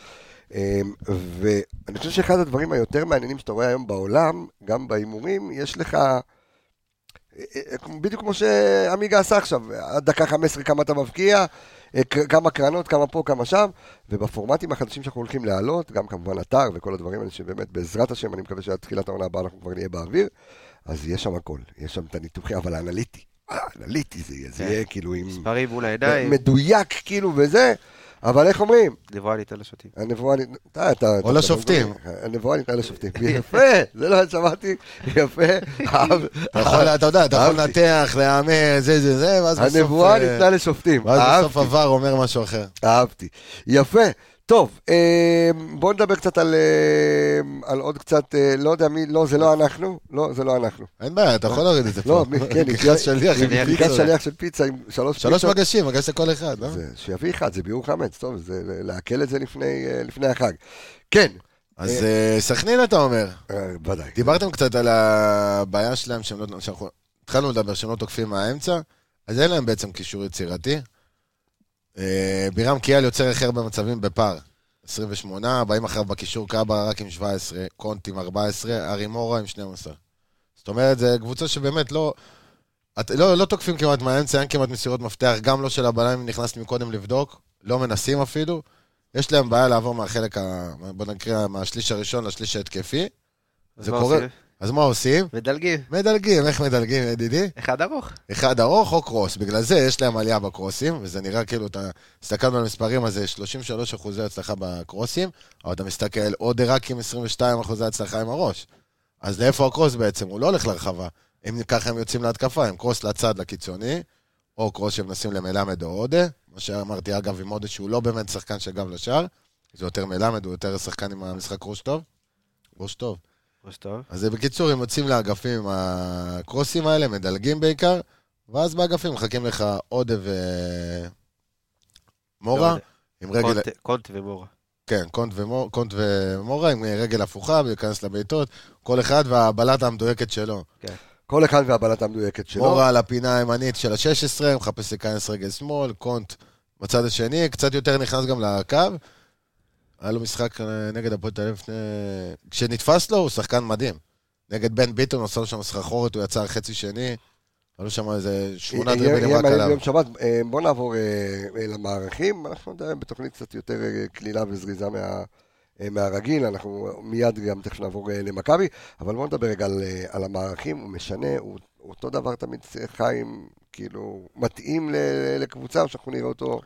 אה, ואני חושב שאחד הדברים היותר מעניינים שאתה רואה היום בעולם, גם בהימורים, יש לך... בדיוק כמו שעמיגה עשה עכשיו, עד דקה 15 כמה אתה מבקיע, אה, כ- כמה קרנות, כמה פה, כמה שם, ובפורמטים החדשים שאנחנו הולכים להעלות, גם כמובן אתר וכל הדברים האלה, שבאמת בעזרת השם, אני מקווה שעד תחילת העונה הבאה אנחנו כבר נהיה באוויר, אז יש שם הכל, יש שם את הניתוחים, אבל האנליטי, אה, האנליטי זה יהיה, זה
כן.
יהיה כאילו עם...
מספרים מול העיניים,
מדויק כאילו וזה, אבל איך אומרים?
נבואה ניתן לשוטים.
הנבואה ניתנה... אתה, אתה...
או
אתה-
לשופטים.
הנבואה ניתנה לשופטים. יפה, זה לא שמעתי, יפה.
אתה יכול, אתה יודע, אתה יכול
אהבתי.
לנתח, להמר, זה, זה, זה, ואז בסוף...
הנבואה
אה,
ניתנה לשופטים.
ואז בסוף
אהבתי,
עבר אומר משהו אחר.
אהבתי. יפה. טוב, אה, בואו נדבר קצת על אה, על עוד קצת, אה, לא יודע מי, לא, זה לא אנחנו, לא, זה לא אנחנו.
אין בעיה, אתה יכול להוריד את זה פה.
לא, מי- כן,
נכנס שליח,
עם
עם
בדיקת
פיצה.
שליח של פיצה עם שלוש
שלוש
פיצות.
מגשים, מגש לכל אחד, לא?
זה- שיביא אחד, זה ביעור חמץ, טוב, זה לעכל את זה לפני אה, לפני החג. כן,
אז אה, סכנין אתה אומר.
אה, ודאי.
דיברתם קצת על הבעיה שלהם, שהם לא... שאנחנו התחלנו לדבר שהם לא תוקפים מהאמצע, אז אין להם בעצם קישור יצירתי. אה, בירם קיאל יוצר הכי הרבה מצבים בפער. 28, באים אחריו בקישור קאבה רק עם 17, קונט עם 14, ארי מורה עם 12. זאת אומרת, זו קבוצה שבאמת לא... את, לא, לא תוקפים כמעט מהאמצע, אין כמעט מסירות מפתח, גם לא של הבלם, אם נכנס מקודם לבדוק, לא מנסים אפילו. יש להם בעיה לעבור מהחלק, ה, בוא נקרא, מהשליש הראשון לשליש ההתקפי.
אז
זה
מה
קורה.
עושים?
אז מה עושים?
מדלגים,
מדלגים, איך מדלגים, ידידי?
אחד ארוך.
אחד ארוך או קרוס, בגלל זה יש להם עלייה בקרוסים, וזה נראה כאילו, אתה... הסתכלנו על המספרים, אז זה 33 אחוזי הצלחה בקרוסים, אבל אתה מסתכל, עוד רק עם 22 אחוזי הצלחה עם הראש. אז לאיפה הקרוס בעצם? הוא לא הולך לרחבה. אם ככה הם יוצאים להתקפה, הם קרוס לצד, לקיצוני, או קרוס שהם מנסים למלמד או עודה, מה שאמרתי, אגב, עם עודה שהוא לא באמת שחקן של גב לשער, זה יותר מלמד, הוא יותר שחקן עם המשחק ראש טוב. ראש טוב.
ראש טוב.
אז זה בקיצור, הם יוצאים לאגפים עם הקרוסים האלה, מדלגים בעיקר, ואז באגפים מחכים לך עודה ומורה,
ועוד-
עם רגל...
לא קונט- קונט ומורה.
כן, קונט ומור- קונט ומורה עם רגל הפוכה, להיכנס לבעיטות, כל אחד והבלטה המדויקת שלו.
כל אחד והבלטה המדויקת שלו.
מורה על הפינה הימנית של ה-16, מחפש להיכנס רגל שמאל, קונט בצד השני, קצת יותר נכנס גם לקו. היה לו משחק אה, נגד הפועל תל אביב לפני... כשנתפס לו, הוא שחקן מדהים. נגד בן ביטון, עשה לו שם סחרחורת, הוא יצא חצי שני, עלו שם איזה
אה,
שמונה
יהיה-
דריבלים
יהיה
רק
מעניין
עליו.
ביום שבת, אה, בוא נעבור אה, אה, למערכים, אנחנו עדיין בתוכנית קצת יותר אה, קלילה וזריזה מה- אה, מהרגיל, אנחנו מיד גם תכף נעבור אה, למכבי, אבל בוא נדבר רגע על, אה, על המערכים, הוא משנה, הוא הוא אותו דבר תמיד אה, חיים, כאילו, מתאים ל- לקבוצה, או שאנחנו נראה אותו,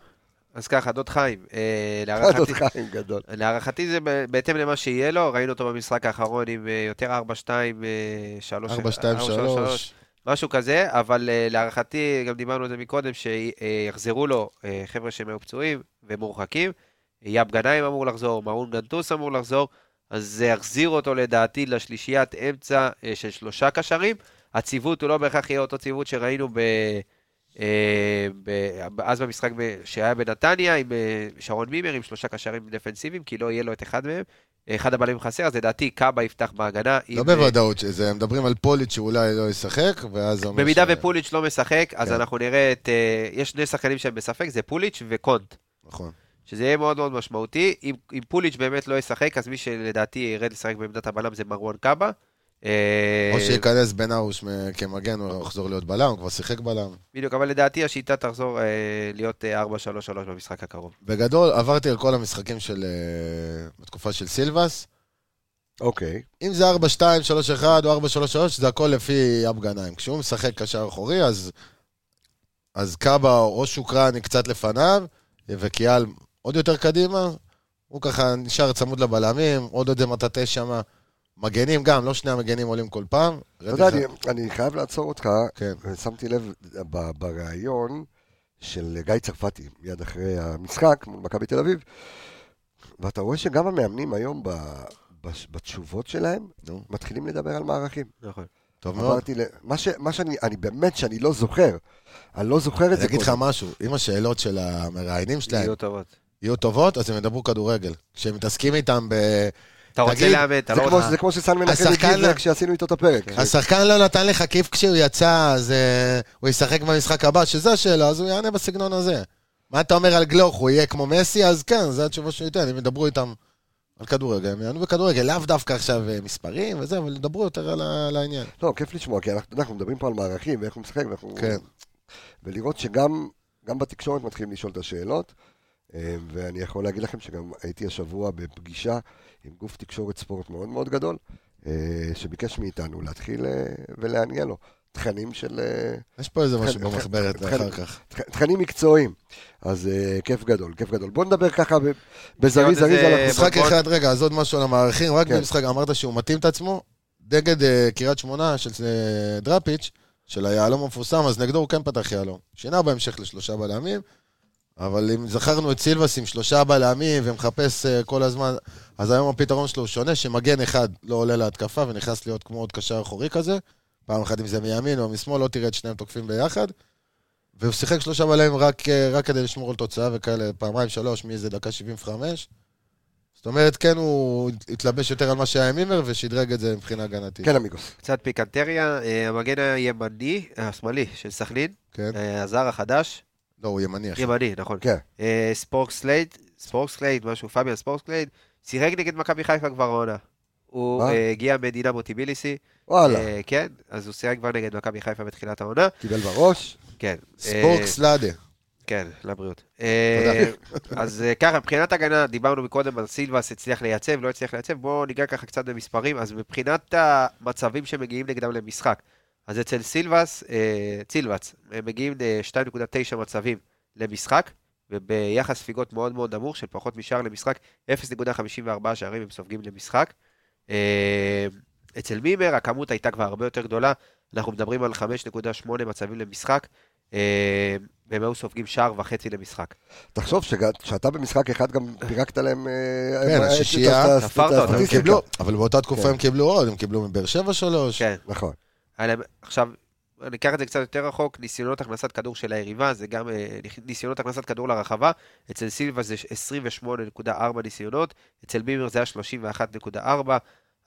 אז ככה, דוד חיים, אה,
אחד עוד
להערכתי-
חיים גדול.
להערכתי זה ב- בהתאם למה שיהיה לו, ראינו אותו במשחק האחרון עם אה, יותר 4-2, אה, 3
ארבע, שתיים, שלוש.
משהו כזה, אבל אה, להערכתי, גם דיברנו על זה מקודם, שיחזרו לו אה, חבר'ה שהם היו פצועים ומורחקים. יאב גנאים אמור לחזור, מאון גנטוס אמור לחזור, אז זה יחזיר אותו לדעתי לשלישיית אמצע אה, של שלושה קשרים. הציוות הוא לא בהכרח יהיה אותו ציוות שראינו ב... אה, ב- אז במשחק ב- שהיה בנתניה עם אה, שרון מימר עם שלושה קשרים דפנסיביים, כי לא יהיה לו את אחד מהם. אחד הבעלים חסר, אז לדעתי קאבה יפתח בהגנה.
לא
עם, אה,
בוודאות שזה, מדברים על פוליט שאולי לא ישחק, ואז זה אומר
במידה
ש-
ופוליץ' לא משחק, אז
כן.
אנחנו נראה את... אה, יש שני שחקנים שהם בספק, זה פוליץ' וקונט.
נכון.
שזה יהיה מאוד מאוד משמעותי. אם, אם פוליץ' באמת לא ישחק, אז מי שלדעתי ירד לשחק בעמדת הבלם זה מרואן קאבה. אה,
או שייכנס בן ארוש מ- כמגן, הוא יחזור להיות בלם, הוא כבר שיחק בלם.
בדיוק, אבל לדעתי השיטה תחזור אה, להיות אה, 4-3-3 במשחק הקרוב.
בגדול, עברתי על כל המשחקים של... אה, בתקופה של סילבס.
אוקיי,
אם זה 4, 2, 3, 1 או 4, 3, 3, זה הכל לפי אב גנאים. כשהוא משחק קשר אחורי, אז, אז קאבה או שוקרני קצת לפניו, וקיאל עוד יותר קדימה. הוא ככה נשאר צמוד לבלמים, עוד איזה מטאטא שם. מגנים גם, לא שני המגנים עולים כל פעם.
אתה יודע, אני- אני חייב לעצור אותך,
כן.
שמתי לב ב- בריאיון של גיא צרפתי, מיד אחרי המשחק מול מכבי תל אביב, ואתה רואה שגם המאמנים היום ב- בש- בתשובות שלהם,
נו,
מתחילים לדבר על מערכים.
נכון.
טוב מאוד.
אמרתי, ל- מה, ש, מה שאני, אני באמת שאני לא זוכר, אני לא זוכר את
אני
זה.
אגיד לך
קודם.
משהו, אם השאלות של המראיינים שלהם
יהיו טובות.
יהיו טובות, אז הם ידברו כדורגל. כשהם מתעסקים איתם ב...
אתה רוצה
תגיד,
לאמן, אתה
זה,
לא
כמו,
רוצה...
זה כמו שסן מנחם
השחקן
הגיב
ה-
כשעשינו איתו את הפרק.
השחקן לא נתן לך כיף כשהוא יצא, אז אה, הוא ישחק במשחק הבא, שזו השאלה, אז הוא יענה בסגנון הזה. מה אתה אומר על גלוך, הוא יהיה כמו מסי? אז כן, זו התשובה שהוא ייתן, אם ידברו איתם על כדורגל, הם יענו בכדורגל, לאו דווקא עכשיו אה, מספרים וזה, אבל ידברו יותר על ה- על העניין.
לא, כיף לשמוע, כי אנחנו, אנחנו מדברים פה על מערכים ואיך הוא משחק, ואנחנו...
כן.
ולראות שגם גם בתקשורת מתחילים לשאול את השאלות, אה, ואני יכול להגיד לכם שגם הייתי השבוע בפגישה עם גוף תקשורת ספורט מאוד מאוד גדול, אה, שביקש מאיתנו להתחיל אה, ולהניע לו תכנים של... אה,
יש פה איזה משהו
תכנים-
במחברת
תכנים-
אחר כך.
תכ- תכנים מקצועיים. אז אה, כיף גדול, כיף גדול. בוא נדבר ככה ב- בזריז,
עוד
זריז
איזה-
על המשחק.
משחק
בוא-
אחד, רגע, אז עוד משהו על המערכים, רק
אה, כן.
במשחק, אמרת שהוא מתאים את עצמו, נגד אה, קריית שמונה של אה, דראפיץ', של היהלום המפורסם, אז נגדו הוא כן פתח יהלום. שינה בהמשך לשלושה בלמים, אבל אם זכרנו את סילבס עם שלושה בלמים ומחפש אה, כל הזמן, אז היום הפתרון שלו הוא שונה, שמגן אחד לא עולה להתקפה ונכנס להיות כמו עוד קשר אחורי כזה, פעם אחת אם זה מימין או משמאל, לא תראה את שניהם תוקפים ביחד. והוא שיחק שלושה בלמים רק, אה, רק כדי לשמור על תוצאה וכאלה, פעמיים שלוש מאיזה דקה 75. זאת אומרת, כן, הוא התלבש יותר על מה שהיה עם מימר ושדרג את זה מבחינה הגנתית.
כן, אמיגוס.
קצת פיקנטריה, אה, המגן הימני, אה, השמאלי של סכנין,
כן.
אה, הזר החדש,
לא, הוא ימני. אחי.
ימני, נכון.
כן.
אה, ספורקסלייד, ספורקסלייד, משהו, פאביאן ספורקסלייד, שיחק נגד מכבי חיפה כבר העונה. הוא
מה?
אה, הגיע מדינמו טיביליסי,
וואלה,
אה, כן, אז הוא שיחק כבר נגד מכבי חיפה בתחילת העונה,
קיבל בראש.
כן. אה,
ספורקס לאדה.
כן, לבריאות. אה, אז אה, ככה, מבחינת הגנה, דיברנו מקודם על סילבס, הצליח לייצב, לא הצליח לייצב, בואו ניגע ככה קצת במספרים. אז מבחינת המצבים שמגיעים נגדם למשחק, אז אצל סילבס, אה, צילבס, הם מגיעים ל-2.9 מצבים למשחק, וביחס ספיגות מאוד מאוד נמוך של פחות משער למשחק, 0.54 שערים הם סופגים למשחק. אה, אצל מימר הכמות הייתה כבר הרבה יותר גדולה, אנחנו מדברים על 5.8 מצבים למשחק, אה, והם היו סופגים שער וחצי למשחק.
תחשוב שג- שאתה במשחק אחד גם פירקת להם... אה,
כן,
את- את-
השישייה,
את- את- את-
תפרת
את-
אותם,
הם
הסטטיסטיקה.
קיבלו, אבל באותה תקופה
כן.
הם קיבלו עוד, הם קיבלו מבאר שבע שלוש.
לא. כן,
נכון.
היה להם- עכשיו, אני אקח את זה קצת יותר רחוק, ניסיונות הכנסת כדור של היריבה, זה גם אה, ניסיונות הכנסת כדור לרחבה, אצל סילבה זה 28.4 ניסיונות, אצל מימר זה היה 31.4,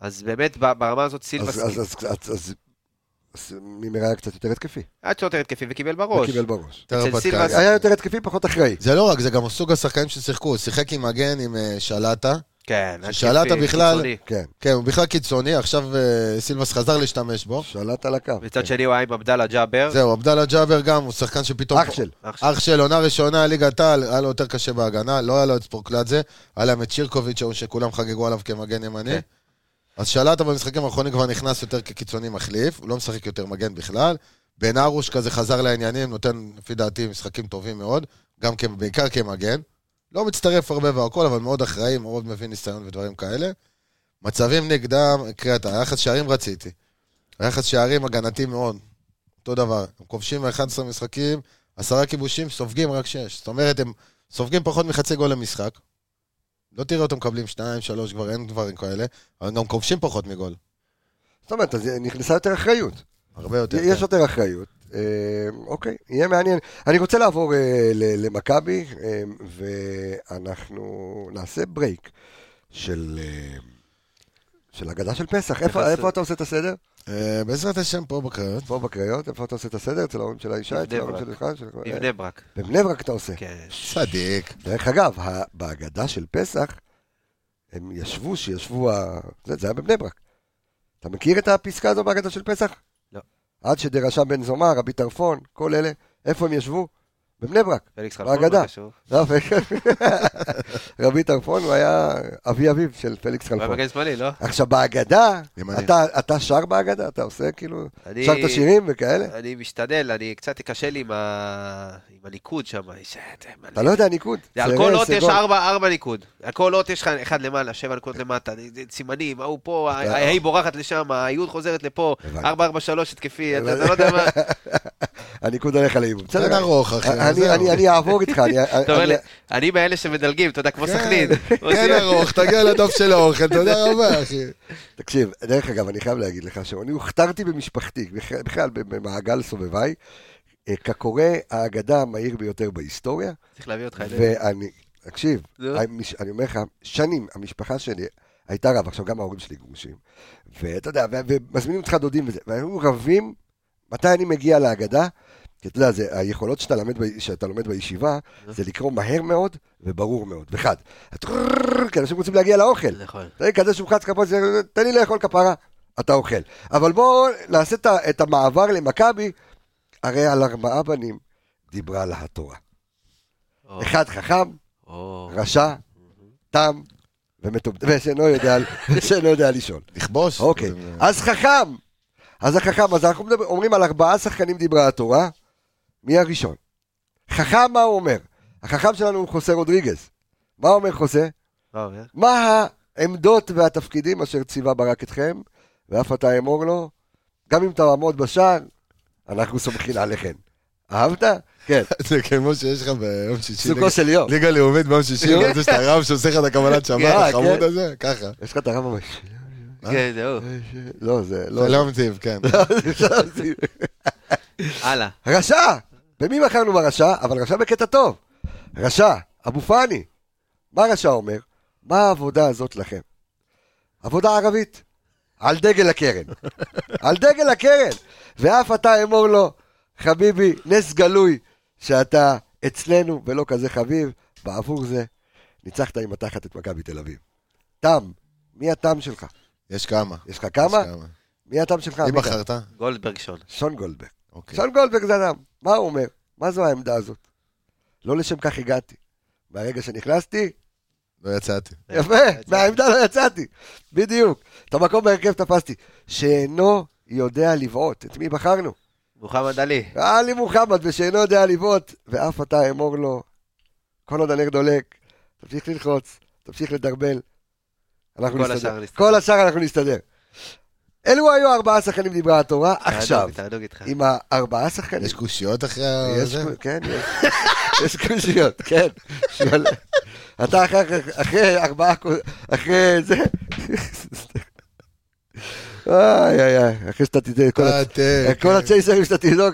אז באמת ב- ברמה הזאת סילבה...
אז- אז- אז- אז- אז- אז מימר היה קצת יותר התקפי.
היה קצת יותר התקפי וקיבל
הוא
בראש.
קיבל בראש.
יותר
אצל
הרפתקני.
סילבס-
היה יותר התקפי, פחות אחראי.
זה לא רק, זה גם סוג השחקנים ששיחקו, הוא שיחק עם מגן, עם אה, שלטה.
כן,
ששאלה
התקפי,
אתה בכלל-
קיצוני.
כן,
כן, הוא בכלל קיצוני, עכשיו אה, סילבס חזר להשתמש בו.
שלט על הקו. כן.
מצד שני הוא היה עם עבדאללה ג'אבר.
זהו, עבדאללה ג'אבר גם, הוא שחקן שפתאום...
אח של.
אח שלי.
אח של עונה ראשונה, ליגת העל, היה לו יותר קשה בהגנה, לא היה לו את ספורקלדזה, היה להם את שירקוביץ' ההוא שכולם חגגו עליו כמגן ימני.
כן.
אז שלטה במשחקים האחרונים כבר נכנס יותר כקיצוני מחליף, הוא לא משחק יותר מגן בכלל. בן ארוש כזה חזר לעניינים, נותן לפי דעתי משחקים טובים מאוד, גם כ- בעיקר כמגן. לא מצטרף הרבה והכל, אבל מאוד אחראי, מאוד מבין ניסיון ודברים כאלה. מצבים נגדם, קריאת, היחס שערים רציתי. היחס שערים הגנתי מאוד, אותו דבר. הם כובשים 11 משחקים, עשרה כיבושים, סופגים רק שש. זאת אומרת, הם סופגים פחות מחצי גול למשחק. לא תראה אותם מקבלים שניים, שלוש, כבר אין דברים כאלה, אבל הם גם כובשים פחות מגול.
זאת אומרת, אז נכנסה יותר אחריות.
הרבה יותר.
יש
כן.
יותר אחריות. אה, אוקיי, יהיה מעניין. אני רוצה לעבור אה, ל- למכבי, אה, ואנחנו נעשה ברייק של... אה, של הגדה של פסח, איפה,
נכנס-
איפה אתה עושה את הסדר?
אה, בעזרת השם פה בקריות.
פה בקריות, איפה אתה עושה את הסדר? אצל ההורים של האישה, אצל
בבני
ההורים
ברק.
שלך? של- אה,
בבני ברק.
בבני ברק אתה עושה.
כן.
צדיק.
דרך אגב, ה- בהגדה של פסח, הם ישבו, שישבו, ה... זה, זה היה בבני ברק. אתה מכיר את הפסקה הזו בהגדה של פסח?
לא.
עד שדרשם בן זומא, רבי טרפון, כל אלה, איפה הם ישבו? בבני ברק.
פליקס
בהגדה.
חלפון לא קשור.
לא, רבי טרפון הוא היה אבי אביו של פליקס
הוא היה
חלפון.
מגן שמאלי, לא?
עכשיו, בהגדה,
ימני.
אתה, אתה שר בהגדה? אתה עושה כאילו,
אני-
שרת שירים וכאלה?
אני משתדל, אני קצת קשה לי עם ה- עם הניקוד שם. יש- זה מלא.
אתה לא יודע ניקוד.
זה על
צעירי
כל אות יש
סגול.
ארבע, ארבע ניקוד. על כל אות יש לך אחד למעלה, שבע נקודות למטה. זה סימנים, ההוא פה, ה-
אתה-
ההיא בורחת לשם, היוד חוזרת לפה,
הבנתי.
ארבע, ארבע, שלוש התקפי, אתה
הבנתי.
אתה לא יודע מה...
הניקוד הולך על איבוב.
תן
בסדר,
ארוך, אחי.
אני-
זהו.
אני- אני אעבור איתך. אני-
אתה אומר
אני-
לי, אני מאלה שמדלגים, אתה יודע, כמו
כן.
סכנין.
כן ארוך, תגיע לדף של האוכל, תודה רבה, אחי.
תקשיב, דרך אגב, אני חייב להגיד לך שאני הוכתרתי במשפחתי, בכ- בכלל במעגל סובביי, אה, כקורא ההגדה המהיר ביותר בהיסטוריה,
צריך להביא אותך אליהם.
ואני, תקשיב,
נו.
המש- אני אומר לך, שנים המשפחה שלי הייתה רבה, עכשיו גם ההורים שלי גרושים, ואתה יודע, ו- ומזמינים אותך דודים וזה, והיו רבים, מתי אני מגיע להגדה? כי אתה יודע, זה, היכולות שאתה לומד, ב- שאתה לומד בישיבה, זה לקרוא מהר מאוד וברור מאוד, וחד. הטרררררר, כי אנשים רוצים להגיע לאוכל.
נכון.
תן לי כזה שולחץ כפות, זה- תן לי לאכול כפרה, אתה אוכל. אבל בואו נעשה את ה- את המעבר למכבי, הרי על ארבעה בנים דיברה לה התורה.
או,
אחד חכם,
או.
רשע, תם ומטומטם, ושאינו יודע- ושאינו יודע לשאול.
לכבוש.
אוקיי, אז חכם. אז החכם, אז אנחנו מדבר, אומרים על ארבעה שחקנים דיברה התורה, מי הראשון? חכם, מה הוא אומר? החכם שלנו הוא חוסה רודריגז. מה אומר חוסה?
מה אומר?
מה העמדות והתפקידים אשר ציווה ברק אתכם, ואף אתה אמור לו, גם אם תעמוד בשער, אנחנו סומכים עליכם. אהבת? כן,
זה כמו שיש לך ביום שישי.
סוכו של יום.
ליגה לאומית ביום שישי,
כן.
אבל זה שאתה רב שעושה לך את הקבלת שבת,
כן,
החמוד
כן.
הזה, ככה.
יש לך את הרב המש... אה?
כן, זהו.
לא, זה לא...
זה לא המציב, כן.
זה-
הלאה.
רשע! במי מכרנו ברשע? אבל רשע בקטע טוב. רשע, אבו פאני. מה רשע אומר? מה העבודה הזאת לכם? עבודה ערבית. על דגל הקרן. על דגל הקרן. ואף אתה אמור לו, חביבי, נס גלוי שאתה אצלנו ולא כזה חביב, בעבור זה ניצחת עם התחת את מכבי תל אביב. תם, מי התם שלך?
יש כמה.
יש לך כמה? אה,
יש כמה.
מי התם שלך?
מי
עמית?
בחרת?
גולדברג שון.
שון גולדברג.
אוקיי.
שון גולדברג זה אדם, מה הוא אומר? מה זו העמדה הזאת? לא לשם כך הגעתי. מהרגע שנכנסתי,
לא יצאתי.
אה,
יפה, מהעמדה לא יצאתי. בדיוק. את המקום בהרכב תפסתי. שאינו יודע לבעוט. את מי בחרנו?
מוחמד עלי.
עלי מוחמד, ושאינו יודע לבעוט, ואף אתה אמור לו, כל עוד הנר דולק, תמשיך ללחוץ, תמשיך לדרבל, אנחנו
כל
נסתדר.
השאר נסתדר.
כל השאר אנחנו נסתדר. אלו היו ארבעה שחקנים דיברה התורה,
אה,
עכשיו,
תענוג, תענוג איתך.
עם הארבעה שחקנים.
יש קושיות אחרי
יש,
זה?
כן, יש. יש קושיות, כן. שואל- אתה אחר כך, אחרי ארבעה, קו- אחרי זה... איי, איי, איי, אחרי שאתה תדע, כל
אה,
הצ-
תעתק.
כל הצ'ייסרים שאתה תדאג,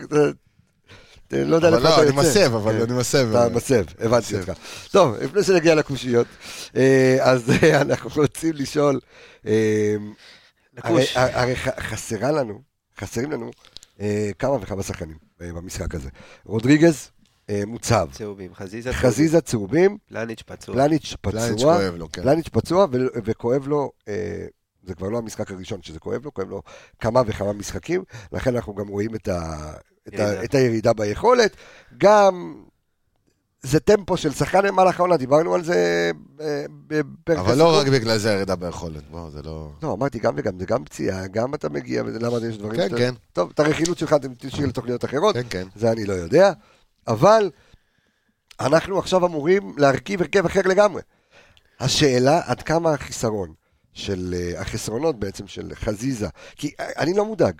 לא יודע
כן, אבל
לאיפה
לא,
אתה
אני
יוצא.
מסב, אבל
כן.
אני מסב. אה,
אתה מסב, הבנתי אותך. טוב, לפני שנגיע לקושיות, אה, אז אה, אנחנו רוצים לשאול, אה,
נקוש.
הרי, הרי ח- חסרה לנו, חסרים לנו אה, כמה וכמה שחקנים אה, במשחק הזה. רודריגז, אה, מוצב.
צהובים. חזיזה.
חזיזה צהובים,
פלניץ' פצוע.
פלניץ'
פלניץ'
פצוע,
כואב לו, כן.
פלניץ' פצוע ו- וכואב לו, אה, זה כבר לא המשחק הראשון שזה כואב לו, כואב לו כמה וכמה משחקים, לכן אנחנו גם רואים את, ה, את, ה,
ירידה.
את הירידה ביכולת, גם זה טמפו של שחקן במהלך העונה, דיברנו על זה אה, בפרק
אבל לא
הסיכום.
רק בגלל זה הירידה ביכולת, בוא, זה לא...
לא, אמרתי גם וגם, זה גם פציעה, גם אתה מגיע, וזה למה יש דברים
כן, כן,
טוב, את הרכילות שלך אתם תשאיר לתוכניות אחרות,
כן, כן.
זה אני לא יודע, אבל אנחנו עכשיו אמורים להרכיב הרכב אחר לגמרי. השאלה עד כמה החיסרון של, אה, החסרונות בעצם של חזיזה, כי אה, אני לא מודאג,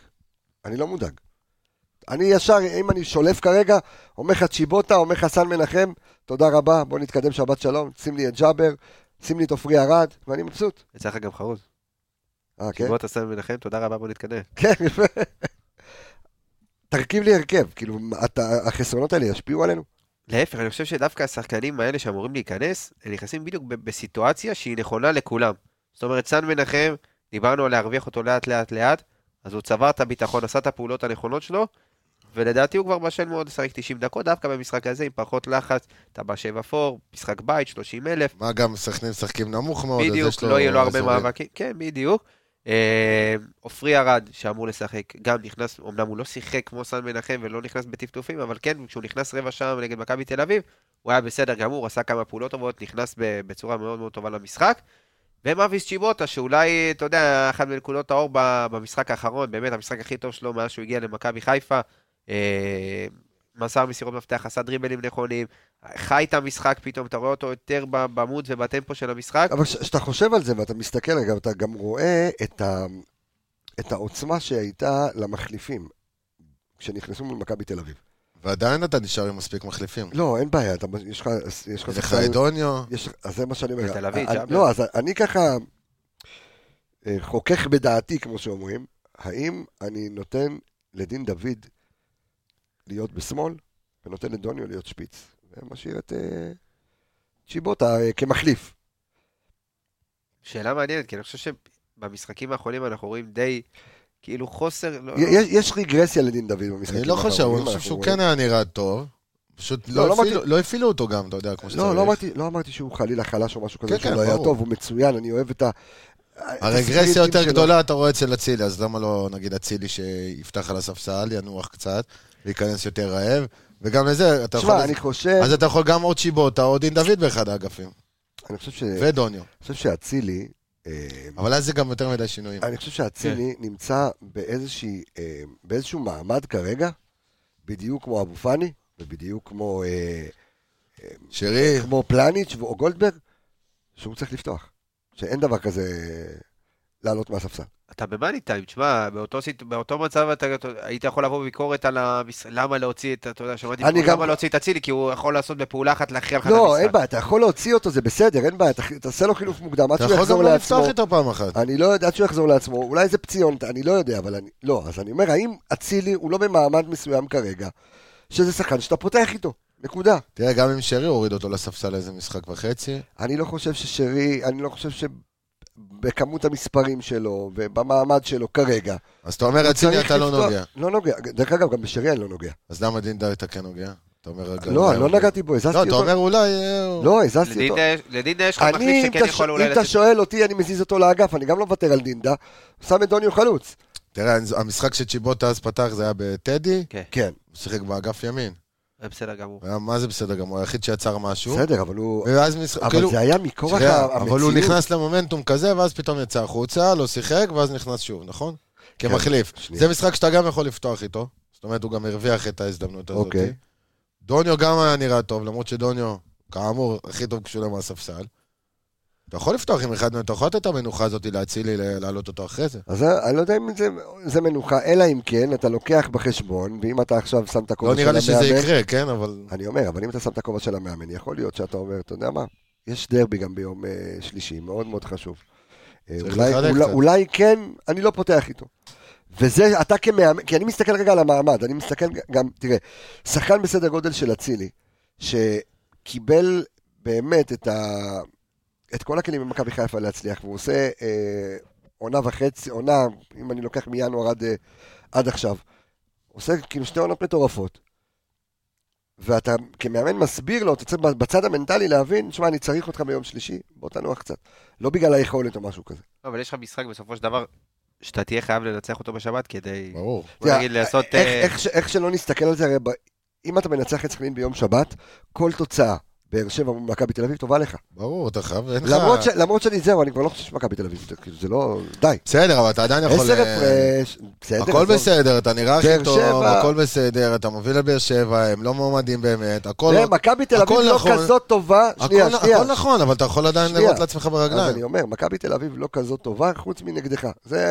אני לא מודאג. אני ישר, אם אני שולף כרגע, אומר לך צ'יבוטה, אומר לך סן מנחם, תודה רבה, בוא נתקדם שבת שלום, שים לי את ג'אבר, שים לי את עופרי ארד, ואני מבסוט.
יצא לך גם חרוז.
אה, כן?
שבוע אתה שם מנחם, תודה רבה, בוא נתקדם.
כן, יפה. תרכיב לי הרכב, כאילו, מה, אתה- החסרונות האלה ישפיעו עלינו?
להפך, אני חושב שדווקא השחקנים האלה שאמורים להיכנס, הם נכנסים בדיוק ב- בסיטואציה שהיא נכונה לכולם. זאת אומרת, סן מנחם, דיברנו על להרוויח אותו לאט לאט לאט, אז הוא צבר את הביטחון, עשה את הפעולות הנכונות שלו, ולדעתי הוא כבר בשל מאוד לשחק 90 דקות, דווקא במשחק הזה עם פחות לחץ, אתה בשבע אפור, משחק בית, 30 אלף,
מה גם, סכנין משחקים נמוך מאוד, אז
בדיוק,
יש לו...
לא יהיה לו הרבה
אזורים.
מאבקים, כן, בדיוק. אה, עופרי ארד, שאמור לשחק, גם נכנס, אמנם הוא לא שיחק כמו סן מנחם ולא נכנס בטפטופים, אבל כן, כשהוא נכנס רבע שעה נגד מכבי תל אביב, הוא היה בסדר גמור, עשה כמה פעולות טובות, נכנס ב- בצורה מאוד מאוד טובה למשחק. ומאביס צ'יבוטה, שאולי, אתה יודע, אחת מנקודות האור ב- במשחק האחרון, באמת המשחק הכי טוב שלו מאז שהוא הגיע למכבי חיפה. אה, מסר מסירות מפתח, עשה דריבלים נכונים, חי את המשחק פתאום, אתה רואה אותו יותר במוד ובטמפו של המשחק.
אבל כש- כשאתה חושב על זה ואתה מסתכל, רגע, אתה גם רואה את, ה... את העוצמה שהייתה למחליפים כשנכנסו מול מכבי תל אביב.
ועדיין אתה נשאר עם מספיק מחליפים.
לא, אין בעיה, אתה- יש לך... יש לך
לך
שחקנים-
את דוניו,
יש, אז זה מה שאני אומר.
בתל אביב,
אה,
ג'אבר.
לא, אז אני ככה אה, חוכך בדעתי, כמו שאומרים, האם אני נותן לדין דוד להיות בשמאל, ונותן לדוניו להיות שפיץ, ומשאיר את אה, צ'יבוטה אה, כמחליף.
שאלה מעניינת, כי אני חושב שבמשחקים האחרונים אנחנו רואים די, כאילו חוסר, לא,
י- יש, יש רגרסיה לדין דוד במשחקים.
אני לא חושב,
האחרונים,
אני חושב
אנחנו
שהוא
רואים.
כן היה נראה טוב. פשוט
לא, לא
לא הפעילו-
אמרתי-
לא הפעילו אותו גם, אתה יודע, כמו שצריך.
לא, לא אמרתי, לא אמרתי שהוא חלילה חלש או משהו כזה,
כן,
שהוא
כן,
לא היה
ברור.
טוב, הוא מצוין, אני אוהב את ה...
הרגרסיה
הספרינטים
יותר
שלו.
גדולה אתה רואה אצל אצילי, אז למה לא נגיד אצילי שיפתח על הספסל, ינוח קצת, וייכנס יותר רעב, וגם לזה אתה יכול...
תשמע, אני חושב,
אז אתה יכול גם עוד שיבוטה, או דין דוד באחד האגפים,
אני חושב ש- אני
ודוניו.
חושב שאצילי... אה,
אבל אז זה גם יותר מדי שינויים.
אני חושב שאצילי
כן.
נמצא באיזושהי, אה, באיזשהו מעמד כרגע, בדיוק כמו אבו פאני, ובדיוק כמו, אה,
שרי,
כמו פלניץ' או גולדברג, שהוא צריך לפתוח. שאין דבר כזה אה, לעלות מהספסל.
אתה במאני טיים, תשמע, באותו, סיט- באותו מצב אתה אתה- היית יכול לבוא בביקורת על המש... למה להוציא את, אתה יודע, שמעתי,
אני
ביקורת,
גם-
למה להוציא את אצילי, כי הוא יכול לעשות בפעולה אחת להכריע לך את
לא,
המשחק.
אין בעיה, אתה יכול להוציא אותו, זה בסדר, אין בעיה, ת- תעשה לו חילוף מוקדם, עד
אתה
שהוא
יכול
יחזור
גם לא
לעצמו.
לפתוח איתו פעם אחת.
אני לא יודע, עד שהוא יחזור לעצמו, אולי זה פציון, אני לא יודע, אבל אני... לא, אז אני אומר, האם אצילי הוא לא במעמד מסוים כרגע, שזה שחקן שאתה פותח איתו, נקודה.
תראה, גם אם שרי הוריד אותו לספסל איזה משחק וחצי,
אני לא חושב ששרי, אני לא חושב שבכמות המספרים שלו ובמעמד שלו כרגע.
אז אתה אומר,
הוא
אצילי
צריך
אתה לא
לפתוח-
נוגע.
לא נוגע. דרך אגב, גם בשרי אני לא נוגע.
אז למה דין דוד אתה כן נוגע? אתה אומר, רגע,
לא,
אולי
אני לא
הוא-
נגעתי בו, הזזתי
לא, אתה
אותו.
אומר אולי... אה, הוא-
לא, הזזתי אותו.
לדינדה, לדינדה יש לך
אני,
מחליף
אם
שכן
אתה ש-
יכול אולי
אם אתה
לתת...
שואל אותי, אני מזיז אותו לאגף, אני גם לא מוותר על דינדה. שם את דוניו חלוץ.
אוקיי." תראה, אני- המשחק שצ'יבוטה אז פתח זה היה בטדי,
כן, אה,
כן,
הוא שיחק באגף ימין.
בסדר גמור.
הוא היה מה זה בסדר גמור, היחיד שיצר משהו.
בסדר, אבל הוא...
ואז משחק, כאילו,
אבל זה היה מכורח
אה, שנייה,
המציאות.
אבל הוא נכנס למומנטום כזה, ואז פתאום יצא החוצה, לא שיחק, ואז נכנס שוב, נכון? כמחליף.
כן, שנייה.
זה משחק שאתה גם יכול לפתוח איתו. זאת אומרת, הוא גם הרוויח את ההזדמנות הזאת.
אוקיי.
דוניו גם היה נראה טוב, למרות שדוניו, כאמור, הכי טוב כשהוא עולה מהספסל. אתה יכול לפתוח עם אחד מהם, אתה יכול לתת את המנוחה הזאת להצילי, ל- להעלות אותו אחרי זה.
אז אני לא יודע אם זה, זה מנוחה, אלא אם כן אתה לוקח בחשבון, ואם אתה עכשיו שם את הכובע
לא
של
נראה
המאמן...
לי שזה יקרה, כן, אבל...
אני אומר, אבל אם אתה שם את הכובע של המאמן, יכול להיות שאתה אומר, אתה יודע מה, יש דרבי גם ביום אה, שלישי, מאוד מאוד חשוב. אה,
צריך
אולי,
לחלק
אולי,
קצת.
אולי כן, אני לא פותח איתו. וזה, אתה כמאמן, כי אני מסתכל רגע על המעמד, אני מסתכל גם, תראה, שחקן בסדר גודל של אצילי, שקיבל באמת את, ה, את כל הכלים במכבי חיפה להצליח, והוא עושה אה, עונה וחצי, עונה, אם אני לוקח מינואר עד, אה, עד עכשיו, עושה כאילו שתי עונות מטורפות. ואתה כמאמן מסביר לו, אתה צריך בצד המנטלי להבין, שמע, אני צריך אותך ביום שלישי, בוא תנוח קצת. לא בגלל היכולת או משהו כזה.
לא, אבל יש לך משחק בסופו של דבר, שאתה תהיה חייב לנצח אותו בשבת כדי,
ברור.
בוא
תראה,
נגיד, לעשות...
איך,
אה,
איך, ש- איך שלא נסתכל על זה, הרי ב, אם אתה מנצח את סכנין ביום שבת, כל תוצאה, באר שבע מול מכבי תל אביב, טובה לך.
ברור, אתה חייב... אין לך-
למרות, ש, למרות שאני זהו, אני כבר לא חושב שמכבי תל אביב, זה כאילו, זה לא... די.
בסדר, אבל אתה עדיין יכול...
עשר
אה,
הפרש, בסדר.
הכל
עזוב.
בסדר, אתה נראה
באר
הכי טוב,
שבע.
הכל בסדר, אתה מוביל לבאר שבע, הם לא מועמדים באמת, הכל
תראה, מכבי תל אביב
הכל
לא
נכון.
כזאת טובה,
הכל-
שנייה, שנייה.
הכל נכון, אבל אתה יכול עדיין
שנייה.
לראות לעצמך
אז
ברגליים.
אני אומר, מכבי תל אביב לא כזאת טובה, חוץ מנגדך. זה...